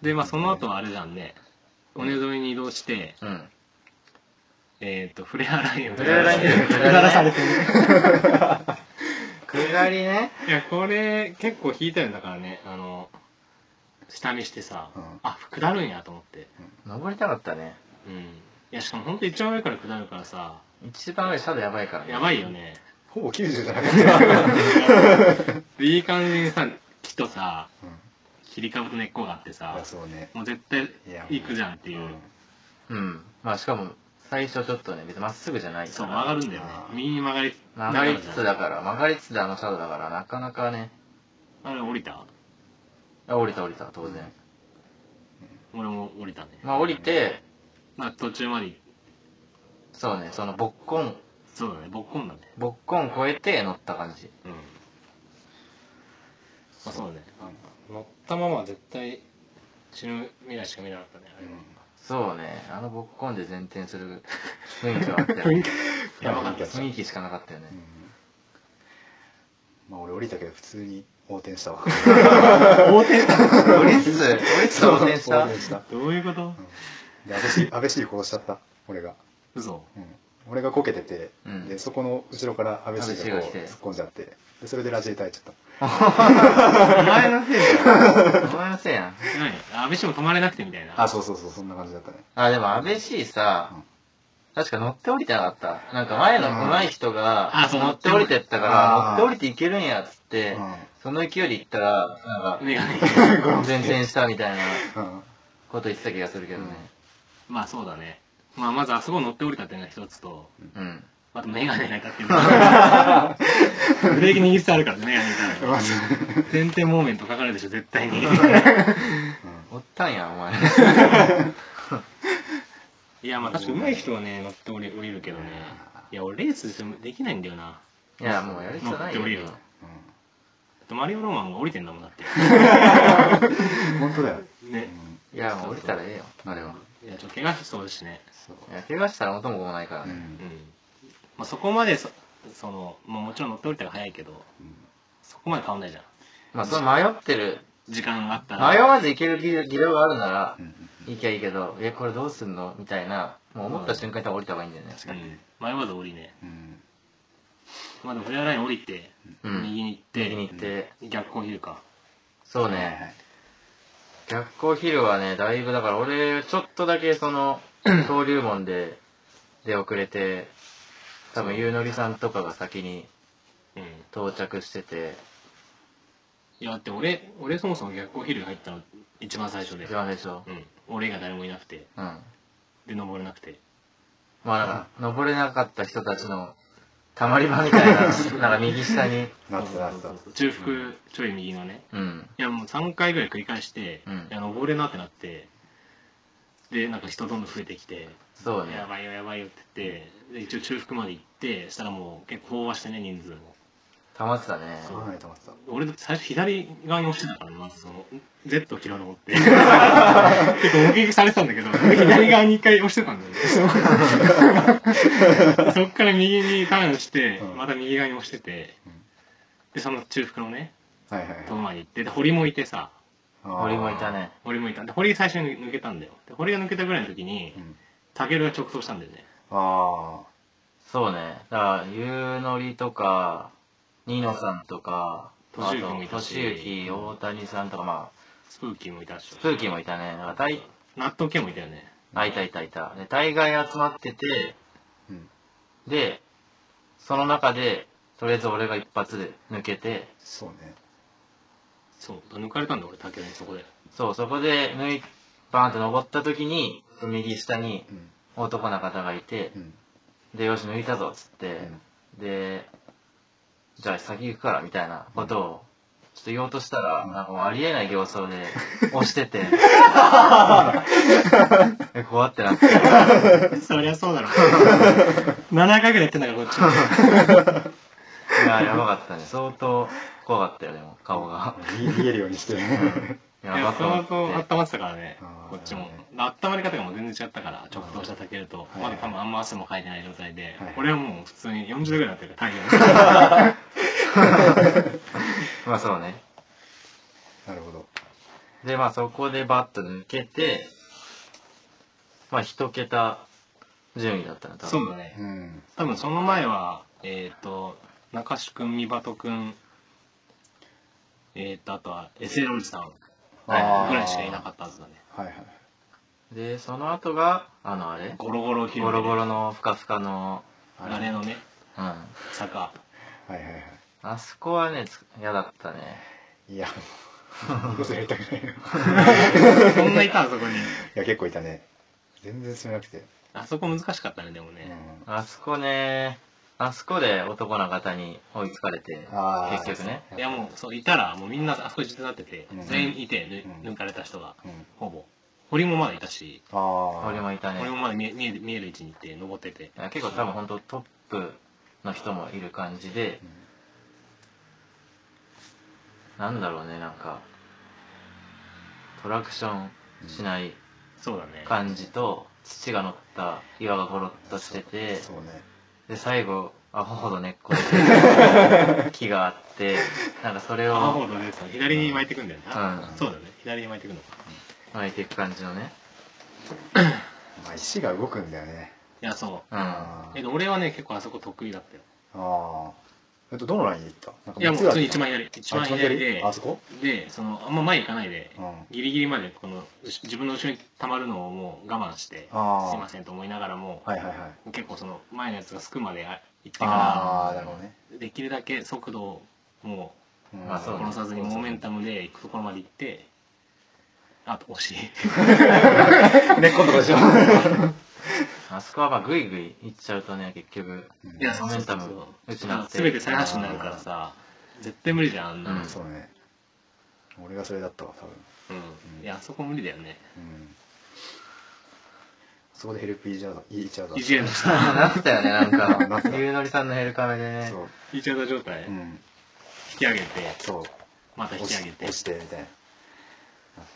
Speaker 1: で、まあその後はあれじゃんね。尾根沿いに移動して、
Speaker 2: うん。
Speaker 1: えっ、と、 フレアラインを。
Speaker 2: くだらね。くだらされてね。くだりね。
Speaker 1: いや、これ結構引いたよだからね。あの、下見してさ、
Speaker 3: うん
Speaker 1: あ、下るんやと思って。
Speaker 2: 登りたかったね。
Speaker 1: うん。いや、しかもほんと一番上から下るからさ、
Speaker 2: 一番上、シャドウやばいからね。
Speaker 1: やばいよね。
Speaker 3: ほぼ90じゃなかった、
Speaker 1: いい感じにさ、木とさ、
Speaker 3: うん、い
Speaker 1: 切り株と根っこがあってさ
Speaker 3: や、そうね
Speaker 1: もう絶対
Speaker 3: いや
Speaker 1: 行くじゃんっていうう。
Speaker 3: ん
Speaker 2: うん。まあ、しかも、最初ちょっとね、別にまっすぐじゃないから。
Speaker 1: そう、曲がるんだよね
Speaker 3: あ。ー
Speaker 1: 右に曲がり、
Speaker 2: 曲がりつ
Speaker 1: な
Speaker 2: つ
Speaker 1: がら
Speaker 2: だから、曲がりつつであのシャドウだから、なかなかね。
Speaker 1: じゃんあれ降りた
Speaker 2: あ、降りた降りた、当然。
Speaker 1: 俺も降りたね。
Speaker 2: まあ、降りて、
Speaker 1: まあ途中まで、
Speaker 2: そうね、その、ぼっこん、
Speaker 1: そうだね、ぼっこんだね。
Speaker 2: ぼっこん越えて乗った感じ。
Speaker 1: うん。まあそうだね。乗ったままは絶対死ぬ未来しか見なかったね、あれは。
Speaker 2: そうね、あのぼっこんで前転する雰囲気 はあったよね。
Speaker 1: やばかった
Speaker 2: 雰囲気しかなかったよね
Speaker 3: う。んまあ俺降りたけど普通に横転した わ
Speaker 2: 降りつつ、降りつつ横転した。
Speaker 3: 横転した
Speaker 1: どういうこと
Speaker 3: で安倍氏安倍氏殺しちゃった俺が、
Speaker 1: 嘘。
Speaker 3: うん、俺がこけてて、
Speaker 2: うん
Speaker 3: でそこの後ろから安倍氏がこう突
Speaker 2: 安倍氏が来て
Speaker 3: っ込んじゃってでそれでラジエタいちゃっ
Speaker 2: お前のせいだよ。お前のせいやん。
Speaker 1: 何安倍氏も止まれなくてみたいな。
Speaker 3: たあそうそうそうそんな感じだったね
Speaker 2: あ、でも安倍 C さ
Speaker 3: うん、
Speaker 2: 確か乗って降りてなかった。なんか前の
Speaker 3: うん
Speaker 2: 上手い人
Speaker 1: あ
Speaker 2: が、
Speaker 1: そう
Speaker 2: 乗って降りてったか
Speaker 3: あー
Speaker 2: ら、乗って降りていけるんやっつって
Speaker 3: うん、
Speaker 2: その勢いで行ったら、なん
Speaker 1: メガネ。
Speaker 2: か、前転したみたい
Speaker 3: う
Speaker 2: な
Speaker 3: ん
Speaker 2: こと言ってた気がするけどね。
Speaker 1: まあそうだね。まあまずあそこ乗って降りたっていうのが一つと、
Speaker 2: うん。
Speaker 1: あとメガネがい たっていうのが ブレーキ握ってあるからね、メガネいた ら。前転モーメントかかるでしょ、絶対 に。
Speaker 2: おったんや、お前。
Speaker 1: いや、まあ確かに上手い人はね、乗って降り降りるけどね。いや、俺レースできないんだよな。
Speaker 2: いや、もうやる必要な
Speaker 1: 乗っ
Speaker 2: い
Speaker 1: て降りる
Speaker 2: よ
Speaker 1: の。だってマリオロマンが降りてんだもんだって。
Speaker 3: うん本当だよ、う
Speaker 1: ね。
Speaker 3: ん
Speaker 2: いや、もう降りたらええよ。
Speaker 3: あれは、
Speaker 1: いや、ちょっと怪我しそうですしね。
Speaker 3: そう
Speaker 2: いや、怪我したら元も子もないから
Speaker 3: う
Speaker 2: ね。
Speaker 1: うん
Speaker 3: ん。
Speaker 1: まあそこまでそ、その、まあもちろん乗って降りたら早いけど、
Speaker 3: うん
Speaker 1: そこまで変わんないじゃん。
Speaker 2: まあ、その迷ってる、
Speaker 1: 時間があったら。
Speaker 2: 迷わず行ける技技量があるなら
Speaker 3: う、ん
Speaker 2: いいきゃいいけど、え、これどうすんのみたいな、もう思った瞬間に多分降りた方がいいんだよね。
Speaker 1: うん。迷わず降りね。
Speaker 3: うん
Speaker 1: まあでもフェアライン降りて、
Speaker 2: うん
Speaker 1: 右に行って、
Speaker 2: 右に行って、
Speaker 1: 逆コーヒーか。
Speaker 2: そう
Speaker 3: はいは
Speaker 2: ね、
Speaker 3: い
Speaker 2: 逆光ヒルはね、だいぶ、だから俺、ちょっとだけその、登竜門で出遅れて、多分、ゆうのりさんとかが先に
Speaker 1: うん。
Speaker 2: 到着してて、
Speaker 1: いや、だって俺、俺そもそも逆コーヒー入ったの一番最初で
Speaker 2: 一。番最初。
Speaker 1: うん。俺が誰もいなくて、
Speaker 2: うん。
Speaker 1: で、登れなくて。
Speaker 2: まあ、なんか、登れなかった人たちの、たまり場みたいな、なんか右下に、
Speaker 3: なってたなって
Speaker 1: そ
Speaker 3: た
Speaker 1: うそうそう中腹ちょい右のね。
Speaker 2: うん。
Speaker 1: いや、もう3回ぐらい繰り返して、
Speaker 2: うん
Speaker 1: いや、登れなってなって、で、なんか人どんどん増えてきて、
Speaker 2: そうね
Speaker 1: や。ばいよやばいよって言って、で、一応中腹まで行って、したらもう結構飽和してね、人数も。
Speaker 2: 溜まってたね。
Speaker 3: かなり溜まってた
Speaker 1: 俺だって最初左側に押してたからねまずその Z を嫌いな思って 結構目撃されてたんだけど左側に一回押してたんだ よねそっから右にターンして
Speaker 3: うん
Speaker 1: また右側に押してて
Speaker 3: うん
Speaker 1: でその中腹のね
Speaker 3: はいはい
Speaker 1: 遠回り行ってで堀もいてさ
Speaker 3: あー
Speaker 2: 森もいたね。
Speaker 1: 堀もいたで堀最初に抜けたんだよで堀が抜けたぐらいの時に
Speaker 3: うん、
Speaker 1: タケルが直投したんだよね
Speaker 3: あ
Speaker 2: そうね。だから、ゆうのりとか、ニノさんとか、あ
Speaker 1: 俊之もい
Speaker 2: と、
Speaker 1: た
Speaker 2: と
Speaker 1: し
Speaker 2: しゆき、大谷さんとか、まあ、
Speaker 1: スプーキーもいたし
Speaker 2: スプーキーもいたね。だから大
Speaker 1: 納豆系もいたよね
Speaker 2: あ、いたいたいた。で、大概集まってて、
Speaker 3: ーうん
Speaker 2: で、その中で、とりあえず俺が一発で抜けて、
Speaker 3: そうね
Speaker 1: そう抜かれたんだ俺タケルにそ こで
Speaker 2: そう、そこで抜い、バーンって登った時に、右下に
Speaker 3: うん
Speaker 2: 男の方がいて
Speaker 3: う、ん
Speaker 2: で、よし、抜いたぞ、っつって、
Speaker 3: うん
Speaker 2: で、じゃあ先行くから、みたいなことを、ちょっと言おうとしたら、なんかもうありえない形相で、押してて、 え、怖ってなって、
Speaker 1: そりゃそうだろ 7回ぐらいやってんだからこっちも
Speaker 2: いや、やばかったね。相当怖かったよ、でも、顔が。
Speaker 3: 見見えるようにして
Speaker 1: いや、
Speaker 2: やばか
Speaker 1: 相
Speaker 2: っ
Speaker 1: 当
Speaker 2: た。
Speaker 1: 温まってたからね
Speaker 3: あ、ー
Speaker 1: こっち
Speaker 3: な
Speaker 1: も
Speaker 3: るほ。
Speaker 1: 温まり方がもう全然違ったから、直投したタケルと、
Speaker 3: はい
Speaker 1: まだ多分あんま汗もかいてない状態で
Speaker 3: はい、
Speaker 1: 俺はもう普通に40度ぐらいになってるから、太陽に。
Speaker 2: まあそうね。
Speaker 3: なるほど
Speaker 2: で、まあそこでバッと抜けて、まあ一桁順位だったの、多分。
Speaker 1: そうだね
Speaker 3: う。ん
Speaker 1: 多分その前は、えっと、中志くん、三鳩くん、えっと、あとは、エセロジさん
Speaker 2: あー
Speaker 1: ぐらいしかいなかったはずだね。
Speaker 3: はいはい
Speaker 2: で、その後が、あの、あれ
Speaker 1: ゴロゴロ広
Speaker 2: ボロボロ
Speaker 1: の。
Speaker 2: のふかふかの、
Speaker 1: あれのね、
Speaker 2: うん。
Speaker 1: 坂。
Speaker 3: はいはいは
Speaker 2: あそこはね、つ嫌だったね。
Speaker 3: い いやもう二度とやりたくないよい
Speaker 1: そんないた、あそこに。
Speaker 3: や結構いたね全然進めなくて、
Speaker 1: あそこ難しかったね、でも
Speaker 3: う
Speaker 1: ね。
Speaker 3: ん、
Speaker 2: あそこね、あそこで男の方に追いつかれて
Speaker 3: あー、
Speaker 2: 結局ね。
Speaker 1: いやもう、そう、いたら、もうみんなあそこに実なってて
Speaker 3: うん、
Speaker 1: 全員いて、ぬ
Speaker 3: うん
Speaker 1: 抜かれた人が、
Speaker 3: うん、
Speaker 1: ほぼ。堀もまだいたし、
Speaker 3: ああ
Speaker 2: 俺もいたね。
Speaker 1: 堀もまだ見え見える見える位置にいて、登ってて
Speaker 2: い。や結構多分本当トップの人もいる感じで、なんだろうねなんかトラクションしない
Speaker 1: そうだね。
Speaker 2: 感じと土が乗った岩がゴロッとしてて
Speaker 3: そうね
Speaker 2: で最後アホほど根っこで 木があってなんかそれ
Speaker 1: アホ
Speaker 2: を
Speaker 1: ほどね、そう左に巻いてくんだよね。
Speaker 2: う
Speaker 1: あ
Speaker 2: ん
Speaker 1: そうだね。左に巻いてくのか。
Speaker 2: 巻いていく感じのね
Speaker 3: まあ石が動くんだよね
Speaker 1: いや、そ
Speaker 2: うんあ
Speaker 3: あ
Speaker 1: う。えっ
Speaker 3: ー
Speaker 1: と、俺はね、結構あそこ得意だったよ。
Speaker 3: あーえっとどのラインで行ったなんか
Speaker 1: いや、もう普通
Speaker 3: 三つが
Speaker 1: に一番左。一番
Speaker 3: あ
Speaker 1: 左で
Speaker 3: あ、そこ
Speaker 1: で、その、あんま前行かないで
Speaker 3: うん、
Speaker 1: ギリギリまで、この、後自分の後ろに溜まるのをもう我慢して、すい
Speaker 3: あー
Speaker 1: ませんと思いながらも、
Speaker 3: はいはいはい
Speaker 1: 結構その、前のやつがすくまであ行ってから、
Speaker 3: ああなるほどね、
Speaker 1: できるだけ速度を、もう、
Speaker 3: うん
Speaker 2: まあそうね
Speaker 1: 殺さずにモメンタムで行くところまで行ってあと惜しい
Speaker 3: 根っことかでしょ
Speaker 2: そこはまあグイグイ行っちゃうとね結局
Speaker 3: うん
Speaker 1: いや
Speaker 2: モメンタム
Speaker 1: うち
Speaker 2: 失
Speaker 1: な
Speaker 2: って
Speaker 1: 全て再発進になるからさ絶対無理じゃんあんなの
Speaker 2: うん
Speaker 3: そうね俺がそれだったわ多分
Speaker 1: うんいやあそこ無理だよね
Speaker 3: うんそこでヘルプイチャーだイチャーだ
Speaker 1: いじれのした
Speaker 2: なったよねな ん
Speaker 3: なっ
Speaker 2: か
Speaker 3: た
Speaker 2: ゆうのりさんのヘルカメでね
Speaker 3: そう
Speaker 1: いちゃった状態
Speaker 3: うん
Speaker 1: 引き上げて
Speaker 3: そう
Speaker 1: また引き上げて
Speaker 3: 押し押してみたいななっ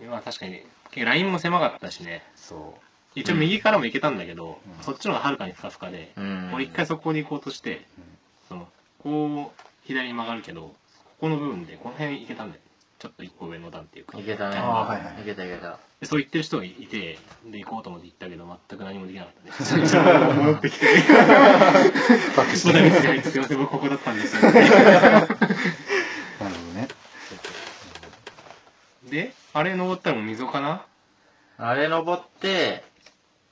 Speaker 3: て
Speaker 1: まあ確かに結構ラインも狭かったしね
Speaker 3: そ
Speaker 1: 一応右からも行けたんだけど
Speaker 3: うん
Speaker 1: そっちの方がはるかにふかふかで
Speaker 2: うん
Speaker 1: 俺一回そこに行こうとして
Speaker 3: う、
Speaker 1: そのこう左に曲がるけどここの部分でこの辺行けたんだよちょっと一個上の段っていうか
Speaker 2: いけたね。
Speaker 1: あ
Speaker 3: ーはいはい
Speaker 2: いけたいけた。
Speaker 1: でそう言ってる人がいて、で、行こうと思って行ったけど、全く何もできなかったね。じゃあ、 戻って きて、
Speaker 3: バックし
Speaker 1: まだ見
Speaker 3: てなる
Speaker 1: つけないすいません、僕ここだったんですよ って。
Speaker 3: ほどね
Speaker 1: で、あれ登ったらもう溝かな
Speaker 2: あれ登って、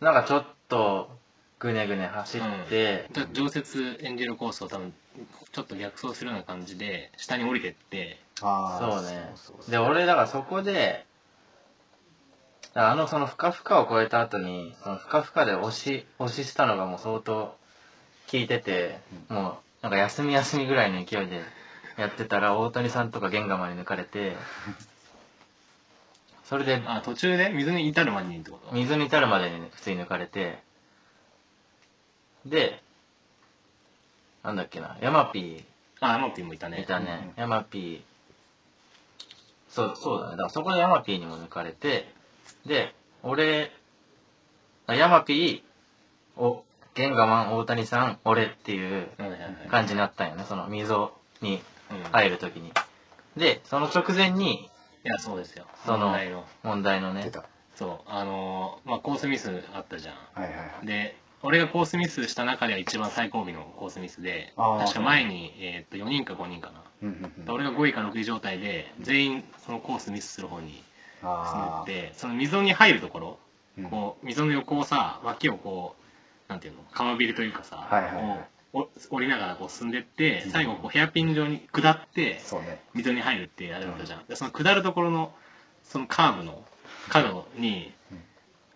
Speaker 2: なんかちょっと、ぐねぐね走って、
Speaker 1: じゃあ常設エンジェルコースを多分、ちょっと逆走するような感じで、下に降りてって、
Speaker 3: ああ
Speaker 2: そうね。
Speaker 3: そうそう
Speaker 2: で、俺、だからそこで、あの、そのふかふかを超えた後に、そのふかふかで押し、押ししたのがもう相当効いてて、もう、なんか休み休みぐらいの勢いでやってたら、大谷さんとか玄関まで抜かれて、それで、
Speaker 1: あ、途中で溝に至るまでにってこと
Speaker 2: 水に至るまでに普通に抜かれてでなんだっけなヤマピ
Speaker 1: あ、マピーもいた
Speaker 2: ー
Speaker 1: ね。
Speaker 2: いたねヤマピーそうそうだねだからそこでヤマピーにも抜かれてで俺あヤマピーおゲンガマン大谷さん俺っていう
Speaker 1: はいはいはい。
Speaker 2: 感じになったんよねその溝に
Speaker 1: うんい。
Speaker 2: 入るときにでその直前に
Speaker 1: や、そうですよ。
Speaker 2: その
Speaker 1: 問題の
Speaker 2: 問題の
Speaker 3: 出
Speaker 2: ね
Speaker 3: た
Speaker 1: そう、あのまあ、コースミスあったじゃん。
Speaker 3: はいはいはい。
Speaker 1: で俺がコースミスした中では一番最後尾のコースミスで
Speaker 3: あー
Speaker 1: 確か前に、えー、と4人か5人かな、
Speaker 3: うんうんうん
Speaker 1: 俺が5位か6位状態で全員そのコースミスする方に進ん
Speaker 3: あー
Speaker 1: でその溝に入るところ、
Speaker 3: うん
Speaker 1: こう溝の横をさ脇をこうなんていうの釜びりというかさ、
Speaker 3: はいはいは
Speaker 1: こ
Speaker 3: い
Speaker 1: うお降りながらこう進んでって
Speaker 3: うん
Speaker 1: 最後こうヘアピン状に下って
Speaker 3: そうね。
Speaker 1: 溝に入るってやるじゃん、でその下るところのそのカーブの角に
Speaker 3: うん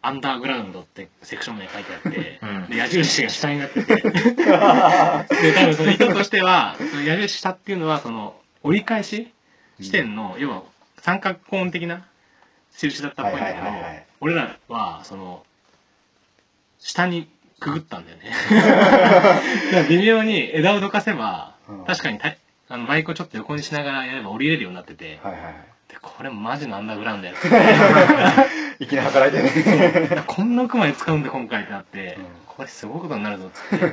Speaker 1: アンダーグラウンドってセクション名書いてあって、
Speaker 2: うん
Speaker 1: で矢印が下になっててで多分その意図としてはその矢印下っていうのはその折り返し地点の、要は三角コーン的な印だったっぽいんだけど、
Speaker 3: はいはいはいはい
Speaker 1: 俺らはその下にくぐったんだよねだから微妙に枝をどかせば、
Speaker 3: うん
Speaker 1: 確かにたあのバイクをちょっと横にしながらやれば降りれるようになってて、
Speaker 3: はいはいはい。
Speaker 1: でこれマジのアンダーグラウン ドやつ
Speaker 3: いきなり働いてね。
Speaker 1: こんな奥まで使うんだ今回ってなって、
Speaker 3: うん
Speaker 1: これすごいことになるぞっつって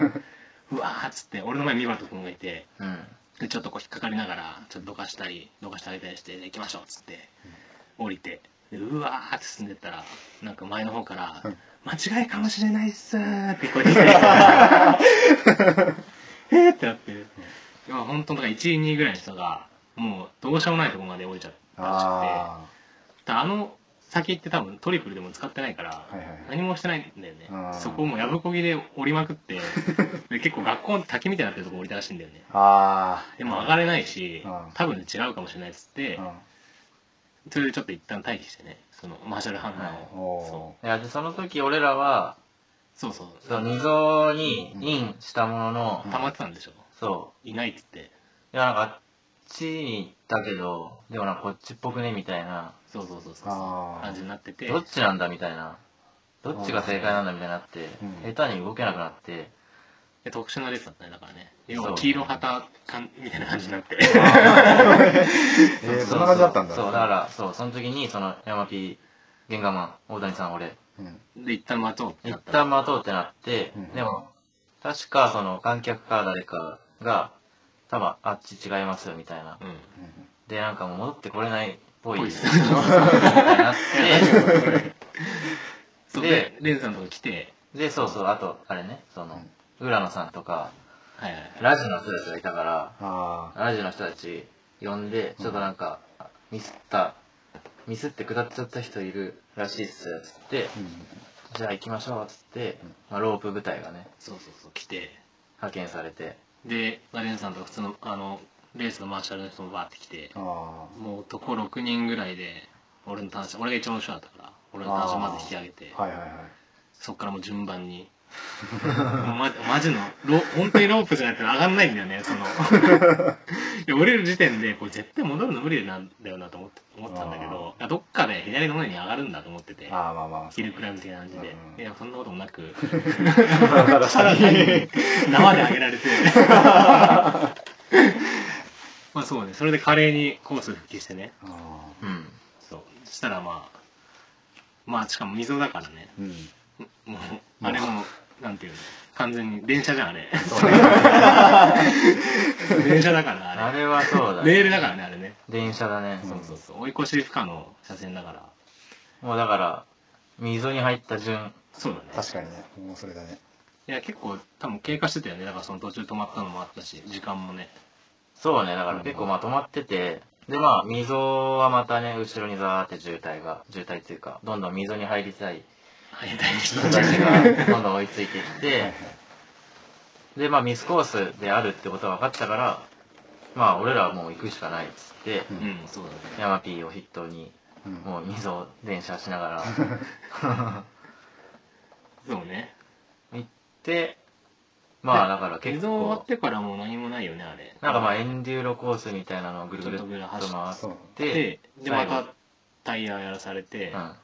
Speaker 1: うわーっつって俺の前にミバト君がいて
Speaker 2: うん。
Speaker 1: でちょっとこう引っかかりながらちょっとどかしたりどかしてあげたりしてで行きましょうっつって降りてでうわーって進んでったらなんか前の方から
Speaker 3: うん
Speaker 1: 「間違いかもしれないっす」って聞こえてきて えーってなって、まあ本当だから1位2位ぐらいの人がもうどうしようもないとこまで降りちゃったらしくて。
Speaker 3: あ
Speaker 1: ただ あの先って多分トリプルでも使ってないから、
Speaker 3: はいはい
Speaker 1: 何もしてないんだよね
Speaker 3: あー
Speaker 1: そこをもうやぶこぎで降りまくって で結構学校の滝みたいになってるとこ降りたらしいんだよね
Speaker 3: あ。あ
Speaker 1: でも上がれないし
Speaker 3: うん
Speaker 1: 多分違うかもしれないっつって
Speaker 3: あ。
Speaker 1: それでちょっと一旦待機してねそのマーシャルハンマー
Speaker 3: うん
Speaker 1: を、
Speaker 3: お
Speaker 2: いや、で、その時俺らは、
Speaker 1: そうそう
Speaker 2: その溝にインしたものの、
Speaker 1: 溜まってたんでしょ
Speaker 2: そ
Speaker 1: いないっつって
Speaker 2: う。いや、なんか、あっちに行ったけど、でもなんかこっちっぽくね、みたいな。
Speaker 1: そうそうそうそう
Speaker 3: あー
Speaker 1: 感 じになってて
Speaker 2: どっちなんだみたいな。どっちが正解なんだみたいになって
Speaker 3: う、ん
Speaker 2: 下手に動けなくなって、
Speaker 1: で特殊なレースだったねだからね
Speaker 2: そう
Speaker 1: 要は黄色旗かんみたいな感じになって
Speaker 3: えー、そんな感じだったんだ。
Speaker 2: そう、だから、そう、その時に、その、山 P、ゲンガマン、大谷さん、俺、
Speaker 3: う ん。
Speaker 1: で一旦待とうってな
Speaker 2: 一
Speaker 1: ったら
Speaker 2: 旦待とうってなって、
Speaker 3: うん
Speaker 2: でも、確か、その、観客か誰かが、多分、あっち違いますよ、みたいな。
Speaker 1: うん
Speaker 3: うん
Speaker 2: で、なんかもう戻ってこれないっぽい。
Speaker 1: ぽい
Speaker 2: み
Speaker 1: った す
Speaker 2: いに なって、
Speaker 1: そうで、レンさんのとこ来て、
Speaker 2: で、そうそう、あと、あれね、その、浦野さんとか、
Speaker 1: はいはい。
Speaker 2: ラジの人たちがいたから、
Speaker 3: あ
Speaker 2: ラジの人たち呼んで、ちょっとなんか、ミスった、ミスって下っちゃった人いるらしいっすよ、つって、
Speaker 3: ー。うん。
Speaker 2: じゃあ行きましょう、つって
Speaker 3: うん、
Speaker 2: まあ、ロープ部隊がね、
Speaker 1: そうそうそう、来て。
Speaker 2: 派遣されて、
Speaker 1: で、まあレンさんとか普通の、あの、レースのマーシャルの人もバーって来て、
Speaker 3: あ
Speaker 1: もう男6人ぐらいで、俺の単身、俺が一番後ろだったから、俺の単身まず引き上げて
Speaker 3: あ。、はいはいはい。
Speaker 1: そっからもう順番に。 もうママジのロ、本当にロープじゃなくて上がんないんだよ ね、その。いや降りる時点で、これ絶対戻るの無理なんだよなと思って思ってたんだけど、どっかで左の方に上がるんだと思ってて。
Speaker 3: ああ、まあまあ。
Speaker 1: ヒルクライム的な感じで、
Speaker 3: うん
Speaker 1: いやそんなこともなく
Speaker 3: た だ
Speaker 1: ただ単に縄で上げられて まあそうねそれで華麗にコース復帰してね
Speaker 3: あ
Speaker 2: うん。
Speaker 1: そうそしたらまあまあしかも溝だからね
Speaker 3: ーうん。
Speaker 1: もうあれもなんていうの完全に電車じゃんあれ 電車だから
Speaker 2: あ
Speaker 1: あれ
Speaker 2: れはそうだ
Speaker 1: レール
Speaker 2: ね。
Speaker 1: だからねあれね、
Speaker 2: 電車だね。
Speaker 3: うん
Speaker 1: そうそうそう追い越し不可の車線だから
Speaker 2: もうだから、溝に入った順。
Speaker 1: そうだね
Speaker 3: 確かにね。もうそれだね。
Speaker 1: いや結構多分経過してたよねだからその途中止まったのもあったし時間もね
Speaker 2: そうね、だから結構まとまってて、でまあ、溝はまたね、後ろにザーって渋滞が、渋滞っていうか、どんどん溝に入りたい
Speaker 1: 入りたい人
Speaker 2: 人た
Speaker 1: た
Speaker 2: ち
Speaker 1: ち
Speaker 2: がどんどん追いついてき
Speaker 3: はい
Speaker 2: て
Speaker 3: はい、
Speaker 2: でまあミスコースであるってことは分かったから、まあ俺らはもう行くしかないっつって、
Speaker 1: う
Speaker 3: う
Speaker 1: んそうだね
Speaker 2: ヤマピーを筆頭に、
Speaker 3: うん。
Speaker 2: もう溝を電車しなが ら
Speaker 1: そうね
Speaker 2: 行って、まあだから結
Speaker 1: 水終わ
Speaker 2: 構
Speaker 1: っ、てからもう何もないよねあれ
Speaker 2: なんかまあエンデューロコースみたいなのをぐるぐるっ
Speaker 1: ちょっ
Speaker 2: と
Speaker 1: とぐる
Speaker 2: 回
Speaker 1: 走って
Speaker 3: そう
Speaker 2: って、
Speaker 1: でで
Speaker 2: 最
Speaker 1: ま
Speaker 2: 後
Speaker 1: たタイヤやらされて、
Speaker 2: うん、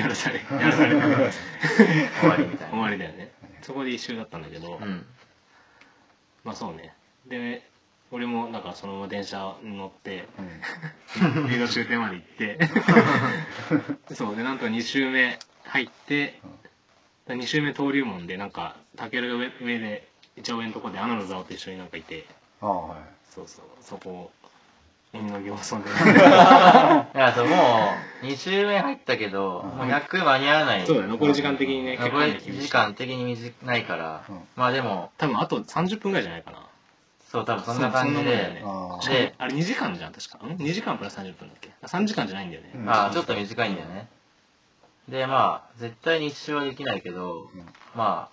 Speaker 1: やらさ れやらされ
Speaker 2: 終わりみたい
Speaker 1: 終
Speaker 2: な。
Speaker 1: わりだよねそこで一周だったんだけど、
Speaker 2: うん。
Speaker 1: まあそうねで俺もなんかそのまま電車に乗 って
Speaker 3: うん。
Speaker 1: 次の終点まで行って そうでなんとか2周目入って2周目登竜門でなんかタケルが上上で一応上のとこでアナのザオと一緒になんかいて
Speaker 3: ああ、はい。
Speaker 1: そうそうそこ犬の行走で。
Speaker 2: だからそうもう2周目入ったけど、
Speaker 3: うん
Speaker 2: もう100間に合わな い
Speaker 1: そうだね、残り時間的にね、結
Speaker 2: 残
Speaker 1: 構ね
Speaker 2: り時間的に短いから、
Speaker 3: うん
Speaker 2: まあでも
Speaker 1: 多分あと30分ぐらいじゃないかな。
Speaker 2: そう多分そんな感じ
Speaker 1: そ
Speaker 2: で
Speaker 1: んなもんだよね
Speaker 3: あー
Speaker 2: で、
Speaker 1: あれ2時間じゃん、確か。ん ?2 時間プラス30分だっけ ?3 時間じゃないんだよね。
Speaker 3: うん
Speaker 2: まあちょっと短いんだよね、でまあ絶対に1周はできないけど、
Speaker 3: うん
Speaker 2: ま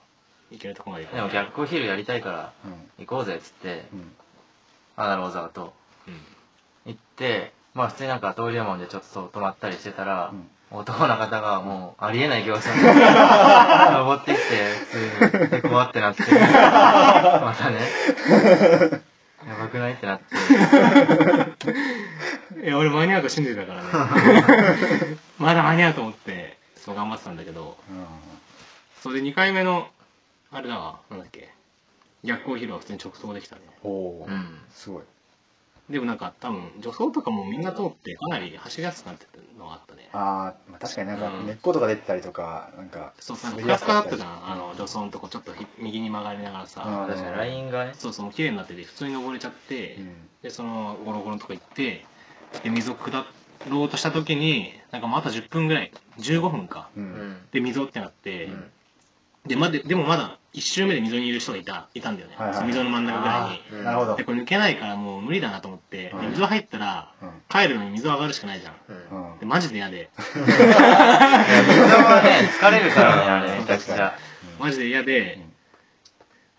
Speaker 1: いけるとこまで行
Speaker 2: あでも
Speaker 1: 逆。
Speaker 2: 逆お昼やりたいから
Speaker 3: うん
Speaker 2: 行こうぜっつって、
Speaker 3: うん
Speaker 2: アナローザーと
Speaker 1: うん。
Speaker 2: 行ってまあ普通になんか登竜門でちょっとそう泊まったりしてたら、
Speaker 3: うん
Speaker 2: 男の方がもうありえない行走に登ってきて普通にで怖ってなってまたねやばくないってなって
Speaker 1: いや、俺間に合うと信じてたからね。まだ間に合うと思って、そう頑張ってたんだけど、それで2回目の、あれだわ、なんだっけ。逆光疲労は普通に直走できたね。
Speaker 3: おお
Speaker 2: う
Speaker 3: ー
Speaker 2: ん
Speaker 3: すごい
Speaker 1: でもなんか多分、助走とかもみんな通って、かなり走りやすくなってるのがあったね。
Speaker 3: あーまあ確かになんか
Speaker 1: うん
Speaker 3: 根っことか出てたりとかなんか
Speaker 1: そうそう、
Speaker 3: 滑
Speaker 1: ふか
Speaker 3: りや
Speaker 1: ふ
Speaker 3: す
Speaker 1: かだ
Speaker 3: か
Speaker 1: っ
Speaker 3: ったた
Speaker 1: じ
Speaker 3: り
Speaker 1: ゃん。あの、助走のとこちょっとひ右に曲がりながら
Speaker 3: う
Speaker 1: さ
Speaker 3: ん、
Speaker 2: 確かにラインがね
Speaker 1: そうそう、もう綺麗になってて、普通に登れちゃって、
Speaker 3: うん
Speaker 1: でそのゴロゴロのとこ行ってで溝下ろうとした時になんかまた10分ぐらい15分か
Speaker 3: う
Speaker 2: うんん
Speaker 1: で溝ってなって、
Speaker 2: うん
Speaker 1: でまででもまだ1周目で溝にいる人がいたいたんだよね、
Speaker 3: はいはい
Speaker 1: その溝の真ん中ぐらい
Speaker 2: うん
Speaker 3: なるほ
Speaker 1: に
Speaker 3: ど
Speaker 1: でこれ抜けないからもう無理だなと思って、で
Speaker 3: うん
Speaker 1: 溝入ったら
Speaker 3: うん
Speaker 1: 帰るのに溝上がるしかないじゃん、
Speaker 2: うん
Speaker 1: でマジで嫌で
Speaker 2: いや、水はね、疲れるからね、あれ、めちゃくちゃ。
Speaker 1: マジで嫌で、
Speaker 3: うん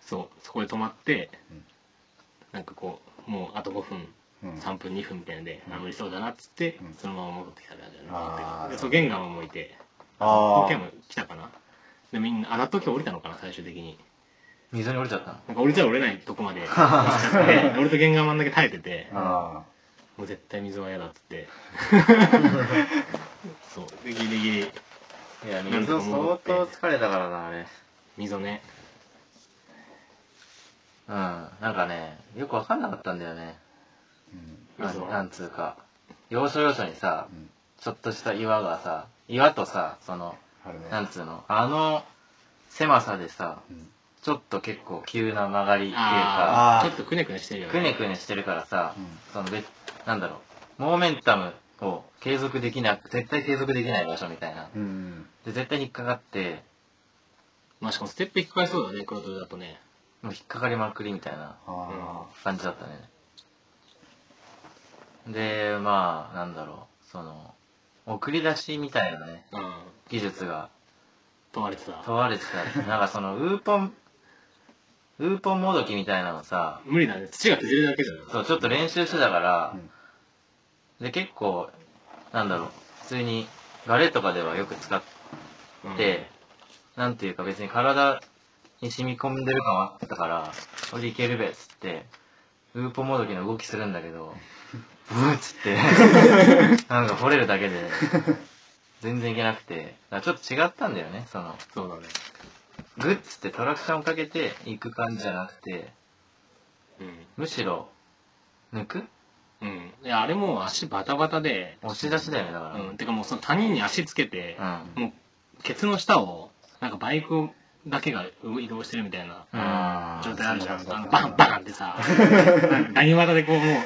Speaker 1: そうそこで止まって、
Speaker 3: うん
Speaker 1: なんかこうもうあと5分
Speaker 3: うんうん
Speaker 1: 3分2分みたいなので、あ無理そうだなっつって、
Speaker 3: うん
Speaker 1: そのまま戻ってきた感じだね
Speaker 3: あー
Speaker 1: でそう玄関もいて
Speaker 3: あ
Speaker 1: 後継
Speaker 3: ー
Speaker 1: も来たかなでみんなあら時降りたのかな最終的に
Speaker 2: 溝に折れちゃったの。
Speaker 1: なんか降りざる折れないとこまで落ちちゃ って俺と玄関真ん中耐えてて
Speaker 3: あ
Speaker 1: もう絶対水は嫌だっつって そうでギリギリ
Speaker 2: いや、
Speaker 1: なんと
Speaker 2: 溝
Speaker 1: か戻
Speaker 2: 相
Speaker 1: って
Speaker 2: 当疲れたからな、あれ。うん。
Speaker 1: 溝ね
Speaker 2: なんかね、よくわかんなかったんだよね。
Speaker 3: ーうん
Speaker 2: な
Speaker 1: 溝
Speaker 2: なんつうか。要所要所にさ
Speaker 3: う、ん
Speaker 2: ちょっとした岩がさ、岩とさ、その、
Speaker 3: あるね
Speaker 2: なんつうの、あの狭さでさ、
Speaker 3: うん
Speaker 2: ちょっと結構急な曲がりっていうか、
Speaker 1: あ
Speaker 3: あ
Speaker 1: あ
Speaker 3: ー
Speaker 1: ちょっとくねくねしてるよね
Speaker 2: くねくねしてるからさ、
Speaker 3: うん
Speaker 2: その別、なんだろう、モーメンタムを継続できなく、絶対継続できない場所みたいな。
Speaker 3: うん
Speaker 2: で、絶対引っかかって、
Speaker 1: まあしかもステップ引っかかりそうだね黒鳥だとね
Speaker 2: もう引っかかりまくりみたいな
Speaker 3: あ
Speaker 2: 感じだったね。で、まあ、なんだろう、その、送り出しみたいなね、
Speaker 1: うん
Speaker 2: 技術が
Speaker 1: 問われてた
Speaker 2: 問われてた。なんかその、ウーポン、ウーポンもどきみたいなのさ、
Speaker 1: 無理だね土が削れるだけじゃん
Speaker 2: そう、ちょっと練習してたから
Speaker 3: ー、
Speaker 2: で、結構、なんだろう、普通に、ガレとかではよく使って、なんていうか別に体に染み込んでる感はあったから、これでいけるべっつって、ウーポもどきの動きするんだけど、ブーっつって、なんか掘れるだけで、全然いけなくて、だからちょっと違ったんだよね、その、
Speaker 1: そうだね
Speaker 2: グッつってトラクションかけていく感じじゃなくて、むしろ、抜く
Speaker 1: うん、うん、いやあれもう足バタバタで
Speaker 2: 押し出しだよね、だから。
Speaker 1: うん、てかもうその谷に足つけて、
Speaker 2: う
Speaker 1: もうケツの下をなんかバイクだけが移動してるみたいな
Speaker 2: あ
Speaker 1: 状態あるじゃん、
Speaker 3: そんな
Speaker 1: あ
Speaker 3: 感
Speaker 1: のバ
Speaker 3: じ
Speaker 1: ンバンってさなんか谷股でこうもう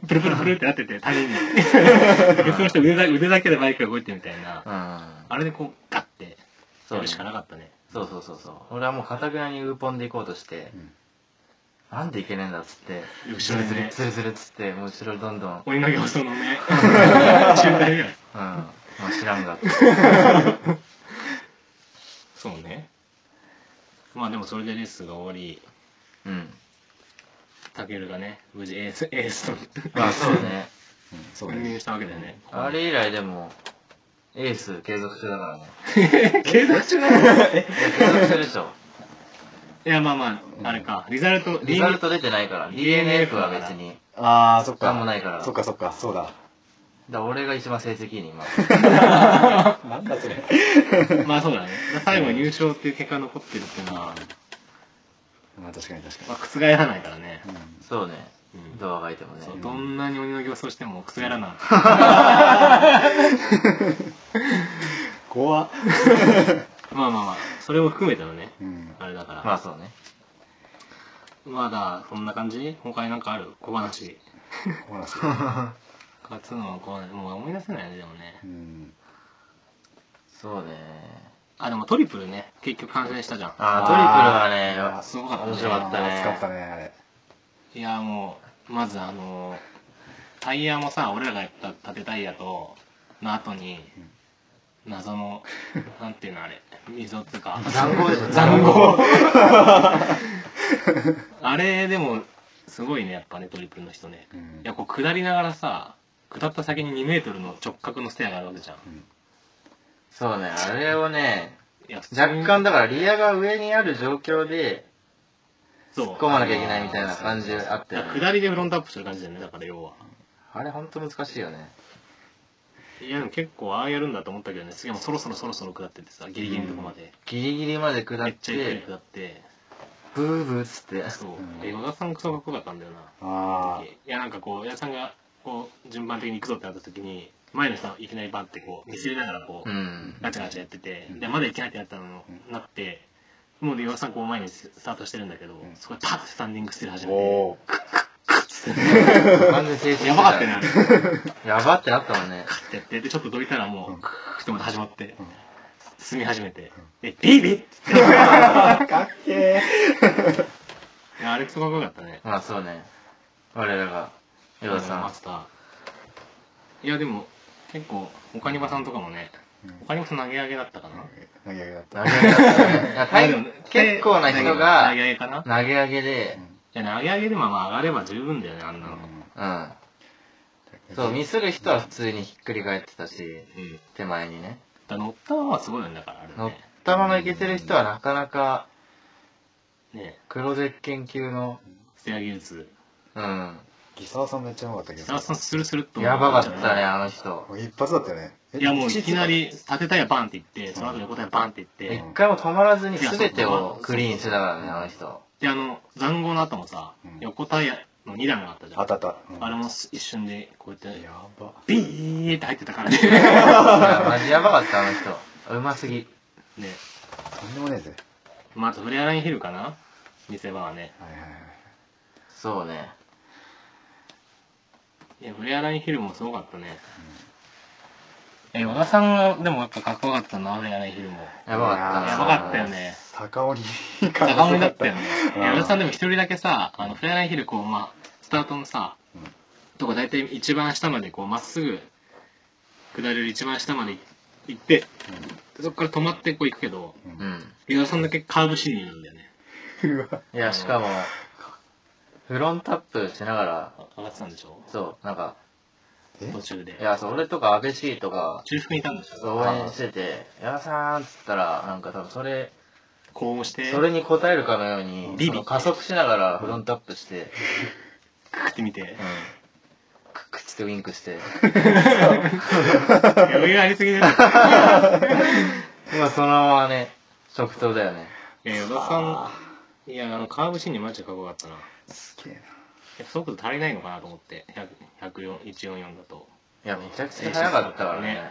Speaker 1: たプルプルプルってなってて谷にケツの下腕だ腕だけでバイクが動いてるみたいな、
Speaker 2: うん。
Speaker 1: あれでこうガッて
Speaker 2: そ
Speaker 1: や
Speaker 2: う
Speaker 1: る
Speaker 2: ね
Speaker 1: しかなかったね
Speaker 2: そうそうそうそう。俺はもう片倉にウーポンで行こうとして、
Speaker 3: ん
Speaker 2: なんでいけねえんだっつって、
Speaker 1: 後ろでね
Speaker 2: ずるずるずるっつって、もう後ろどんどん、うん、
Speaker 1: 鬼の行走のね中大が
Speaker 2: まあ知らんがって。
Speaker 1: そうねまあでもそれでレースが終わり
Speaker 2: うん。
Speaker 1: タケルがね無事エースエースと
Speaker 2: まあそう ね。
Speaker 3: うんそう
Speaker 1: 君
Speaker 3: ね
Speaker 1: 臨したわけだよね
Speaker 2: あ れ以来でも、エース継続中だからね。
Speaker 1: 継続中なのい
Speaker 2: いや継続中でしょ。
Speaker 1: やまあまああれかリザルト
Speaker 2: リザルト出てないから、
Speaker 1: DNF
Speaker 2: DNF は別に。
Speaker 3: ああそっか
Speaker 2: なんもないから
Speaker 3: そっかそっかそうだ
Speaker 2: だから俺が一番成績いいね、今。
Speaker 3: なんだそ れ
Speaker 1: まあそうだね最後入賞っていう結果が残ってるっていうのは、
Speaker 3: まあ確かに確
Speaker 1: まあ、
Speaker 3: か
Speaker 1: 覆らないからね、
Speaker 3: に
Speaker 2: そうね
Speaker 1: うん。
Speaker 2: どうあがいてもね
Speaker 1: そ。うどんなに鬼の形相しても覆らない、
Speaker 3: 怖っ
Speaker 1: まあまあまあそれも含めてのね、
Speaker 3: うん
Speaker 1: あれだから、
Speaker 2: まあそうね。
Speaker 1: まだそんな感じ他になんかある小話
Speaker 3: コーナス。
Speaker 1: 勝つのはこうねもう思い出せないねでもね
Speaker 3: うん。
Speaker 2: そうね。
Speaker 1: あでもトリプルね結局完成したじゃん
Speaker 2: あー、トリプルはね、
Speaker 1: あーすごかったね
Speaker 2: 面白かったね。
Speaker 3: 暑かったね、あ れ。
Speaker 1: いやもうまずあのタイヤもさ俺らがやった縦タイヤとの後に謎のなんていうのあれ溝っつうか
Speaker 2: 残酷でしょ
Speaker 1: 残酷あれでもすごいねやっぱねトリプルの人ね
Speaker 3: うん
Speaker 1: いやこう下りながらさ下った先に2メートルの直角のステアがあるわけじゃん
Speaker 3: うん
Speaker 2: そうね、あれをね、
Speaker 1: いや普通に
Speaker 2: 若干だからリアが上にある状況で
Speaker 1: そう
Speaker 2: 突っ込まなきゃいけないみたいな感じあった
Speaker 1: だ
Speaker 2: よ
Speaker 1: から
Speaker 2: ね。
Speaker 1: 下りでフロントアップする感じだよねだから要は
Speaker 2: あれほんと難しいよね。
Speaker 1: いやでも結構ああやるんだと思ったけどねすげえもうそろそろそろそろ下っててさギリギリのとこまで、
Speaker 2: ギリギリまで下
Speaker 1: め
Speaker 2: っ
Speaker 1: っちゃゆっくり
Speaker 2: て
Speaker 1: 下、って
Speaker 2: ブーブーっつって。
Speaker 1: そう
Speaker 3: うん
Speaker 1: え和田さんクソかっこよかったんだよな
Speaker 3: あ
Speaker 1: いやなんかこう矢田さんがこう順番的に行くぞってなった時に前の人はいきなりバンってこう見せりながらこう、
Speaker 2: うん。
Speaker 1: ガチャガチャやってて、
Speaker 3: うん
Speaker 1: でまだ行けないってなったの、なってもうで岩田さんこう前にスタートしてるんだけど、
Speaker 3: ん
Speaker 1: そこでパッてスタンディングしてる始
Speaker 3: あ。
Speaker 1: めて
Speaker 3: お
Speaker 2: 完全停止して
Speaker 1: やばかったよ ねあれカッ
Speaker 2: やばってなったもんね。
Speaker 1: てやってでちょっとどいたらもう、
Speaker 3: うん
Speaker 1: クーってまた始まって、
Speaker 3: うん
Speaker 1: 進み始めて、でビービーって言って
Speaker 3: お。かっけ
Speaker 1: いやあれすごくよかったね。
Speaker 2: まあそうね。我らが、ヨダさん
Speaker 1: マ。スター。いや、でも、結構、オカニバさんとかもね、オカニバさん投げ上げだったかな。
Speaker 3: ー。投げ上げだった。
Speaker 2: 投げ上げだった ねいや
Speaker 1: あ
Speaker 2: 大
Speaker 1: でも
Speaker 2: 結構な人が
Speaker 1: 投げ上げかな。
Speaker 2: 投げ上げで、
Speaker 1: いや、投げ上げでもまあ上がれば十分だよね、あんなの。
Speaker 2: うん。そう、ミスる人は普通にひっくり返ってたし、
Speaker 1: うん。
Speaker 2: 手前にね。
Speaker 1: だ乗ったままはすごいんだから、あれ
Speaker 2: 乗っ
Speaker 1: ね。
Speaker 2: たままいけてる人はなかなか
Speaker 1: ね
Speaker 2: 黒絶研級の、
Speaker 1: ステア技術。
Speaker 2: うん。
Speaker 3: ギサワさんめっちゃうまかったけ
Speaker 1: 設楽さん
Speaker 3: ど。
Speaker 1: スルスルっと。
Speaker 2: やばかったね、。あの人。
Speaker 3: 一発だったよね。え
Speaker 1: いや、もういきな。り、縦タイヤバンっていって、その後横タイヤバンっていって、
Speaker 2: 一回も止まらずに全てをクリーンしてたからね、あの人。
Speaker 1: で、あの、残豪の後もさ、
Speaker 3: うん
Speaker 1: 横タイヤの2段があったじゃん。
Speaker 3: あったあった。うん
Speaker 1: あれも一瞬でこうやって
Speaker 3: やば。
Speaker 1: ビーって入ってた からね
Speaker 2: いやマジやばかった、あの人。うますぎ。
Speaker 1: ね
Speaker 3: とんでもねえぜ。
Speaker 1: まああとフレアラインヒルかな見せ場はね
Speaker 3: はいはいはい。
Speaker 2: そうね。
Speaker 1: いやフレアラインヒルもすごかったね、え和田さんはでもやっぱかっこよかったなフレアラインヒルも
Speaker 2: やばかった
Speaker 1: や
Speaker 2: な。
Speaker 1: ばかったよね
Speaker 3: 坂折りが
Speaker 1: 高めだったよね
Speaker 3: う
Speaker 1: い
Speaker 3: ん
Speaker 1: や和田さんでも一人だけさあのフレアラインヒルこうまあスタートのさ、
Speaker 3: うん
Speaker 1: とこ大体一番下までこうまっすぐ下れる一番下まで行ってそこから止まってこう行くけど
Speaker 2: うん。
Speaker 1: 和田さんだけカーブシニアなんだよね
Speaker 3: うんうわ
Speaker 2: いや、しかも、フロントアップしながら、
Speaker 1: あ上がってたんでしょ
Speaker 2: そう、なんか、
Speaker 3: え
Speaker 1: 途中で
Speaker 2: いや、そう、俺とか安倍 C とか、
Speaker 1: 中腹にいたんでしょ
Speaker 2: 応援してて、矢田さんっつったら、なんか多分それ、
Speaker 1: こうして
Speaker 2: それに応えるかのように、
Speaker 1: ビビ
Speaker 2: あの加速しながらフロントアップして、
Speaker 1: 食ってみて
Speaker 2: うん。くくっつってウィンク して。
Speaker 1: 余裕ありすぎです
Speaker 2: 今そのままね、食堂だよね。
Speaker 1: いや与田さんいやあのカーブシーンにマジでかっこよかったない
Speaker 3: すげえな
Speaker 1: や速度足りないのかなと思って144だと
Speaker 2: いや、めちゃくちゃ早かったからね。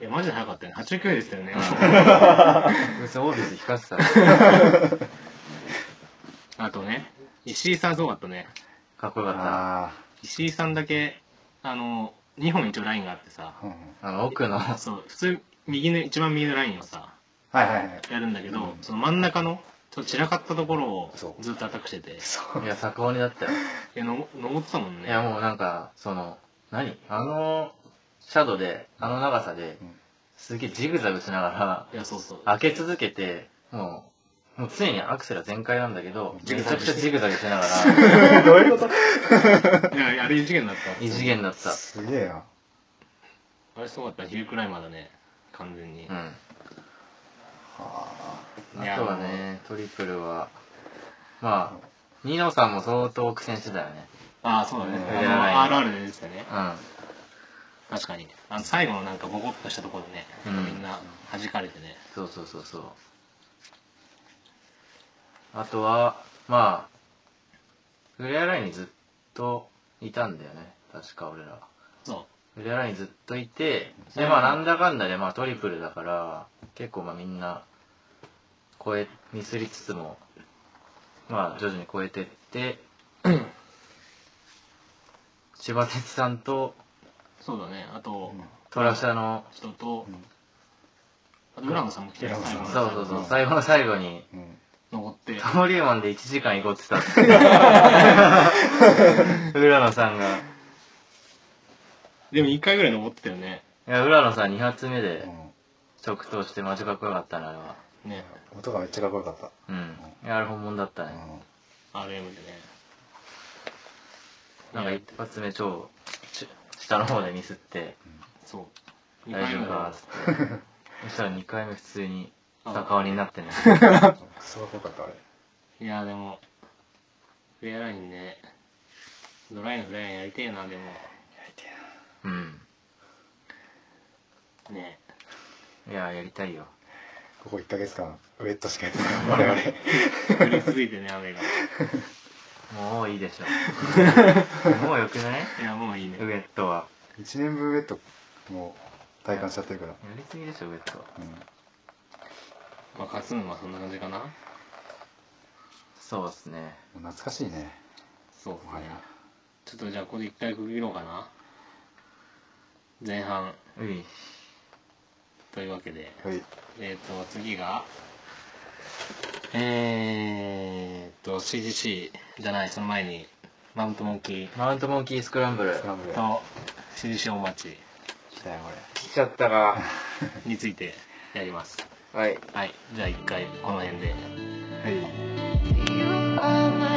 Speaker 1: いやマジで速かったよね89でしたよね
Speaker 2: 別にオービス引かせたら、
Speaker 1: あとね石井さんすごかったね
Speaker 2: かっこよかっ
Speaker 3: あ
Speaker 1: 石井さんだけあの2本一応ラインがあってさ
Speaker 3: ーうんうん
Speaker 2: た。あの、奥の、
Speaker 1: そう普通右の一番右のラインをさ
Speaker 3: はいはいはい
Speaker 1: やるんだけど、その真ん中のちょっと散らかったところを
Speaker 3: そう
Speaker 1: ずっとアタックしてて
Speaker 3: そう
Speaker 2: いや、逆鬼だったよ。
Speaker 1: いやの登ってたもんね
Speaker 2: いや、もうなんか、その、何あの、シャドウで、あの長さで
Speaker 3: うん、
Speaker 2: すげえジグザグしながら、
Speaker 1: いやそうそう
Speaker 2: 開け続けて、もう、もう常にアクセルは全開なんだけど、
Speaker 3: ジ
Speaker 2: め
Speaker 3: グ
Speaker 2: ち
Speaker 3: ザ
Speaker 2: ゃ
Speaker 3: グ
Speaker 2: く
Speaker 3: し
Speaker 2: ち
Speaker 3: て
Speaker 2: ゃジグザグしながら、
Speaker 3: どういうこと
Speaker 1: いやいやあれ異次元だった
Speaker 2: 異次元だった。
Speaker 3: すげえな
Speaker 1: あれすごかったヒルクライマーだね完全に、
Speaker 2: うん。
Speaker 3: は
Speaker 2: あ
Speaker 1: いや
Speaker 2: とはね、トリプルは、まあ、ニノさんも相当苦戦してたよね。
Speaker 1: ああそうだね、
Speaker 3: うん
Speaker 1: あの RR でしたね
Speaker 2: う
Speaker 1: 確かにあの最後のなんかボコッとしたところでね、
Speaker 2: うん
Speaker 1: みんな弾かれてね
Speaker 2: ん。そうそうそうそう。あとは、まあ、フレアラインにずっといたんだよね。確か俺ら。
Speaker 1: そ
Speaker 2: フレアラインにずっといて、で、まあ、なんだかんだで、まあ、トリプルだから、結構、まあ、みんな、超え、ミスりつつも、 まあ、徐々に超えてって、千葉哲さんと
Speaker 1: そうだねあと、
Speaker 3: うん
Speaker 2: トラシャの、
Speaker 1: 人と
Speaker 3: うん
Speaker 1: あと浦野さんも来て
Speaker 3: 浦野さ
Speaker 1: 最後
Speaker 3: ん
Speaker 2: そう
Speaker 1: の
Speaker 2: そうそううん最後の最後に
Speaker 3: うん
Speaker 1: 登って
Speaker 2: タモリーマンで1時間行こうって 言ったんですよ浦野さんがい
Speaker 1: でも1回ぐらい登ってたよね
Speaker 2: や浦野さん2発目
Speaker 3: う
Speaker 2: で
Speaker 3: ん
Speaker 2: 直投してマジかっこよかったなあれは
Speaker 1: ね
Speaker 3: 音がめっちゃかっこよかっ
Speaker 2: うんいやあれ本物だった
Speaker 3: た、う
Speaker 2: ね、
Speaker 3: ん
Speaker 1: RM でね
Speaker 2: なんか一発目超ち下の方でミスって
Speaker 1: そう2
Speaker 2: 大
Speaker 1: 回
Speaker 2: 丈
Speaker 1: ぐ
Speaker 2: 夫
Speaker 1: ら
Speaker 2: か
Speaker 1: い
Speaker 2: っつ ってそしたら2回目普通に高りになって ね
Speaker 3: クソかっこよかったあれ
Speaker 1: いやでもフェアラインねドライのフェアラインやりてえなでも
Speaker 2: うん
Speaker 1: ね
Speaker 2: いややりたいよ
Speaker 3: ここ1ヶ月間ウェットしかやってない
Speaker 1: 降
Speaker 3: 我々
Speaker 1: り続いてね雨が
Speaker 2: もういいでしょ もうよくない
Speaker 1: いやもういいね
Speaker 2: ウエットは
Speaker 3: 1年分ウェットもう体感しちゃってるから、
Speaker 2: やりすぎでしょウエットは
Speaker 3: うん
Speaker 1: まあ勝つのはそんな感じかな
Speaker 2: そうっすね
Speaker 3: 懐かしいね
Speaker 1: そうですね
Speaker 3: はい
Speaker 1: ちょっとじゃあここで一回区切ろうかな前半
Speaker 2: うい
Speaker 1: というわけで
Speaker 3: はい
Speaker 1: えっ、ー、と次がえっ、ー、と CGC じゃないその前にマウントモンキー
Speaker 2: マウントモンキースクランブル
Speaker 3: スランブル来
Speaker 1: と CGC お待ち
Speaker 3: たよこれ
Speaker 2: 来ちゃったか
Speaker 1: についてやります
Speaker 2: はい
Speaker 1: はいじゃあ一回この辺で
Speaker 3: はい
Speaker 4: You are my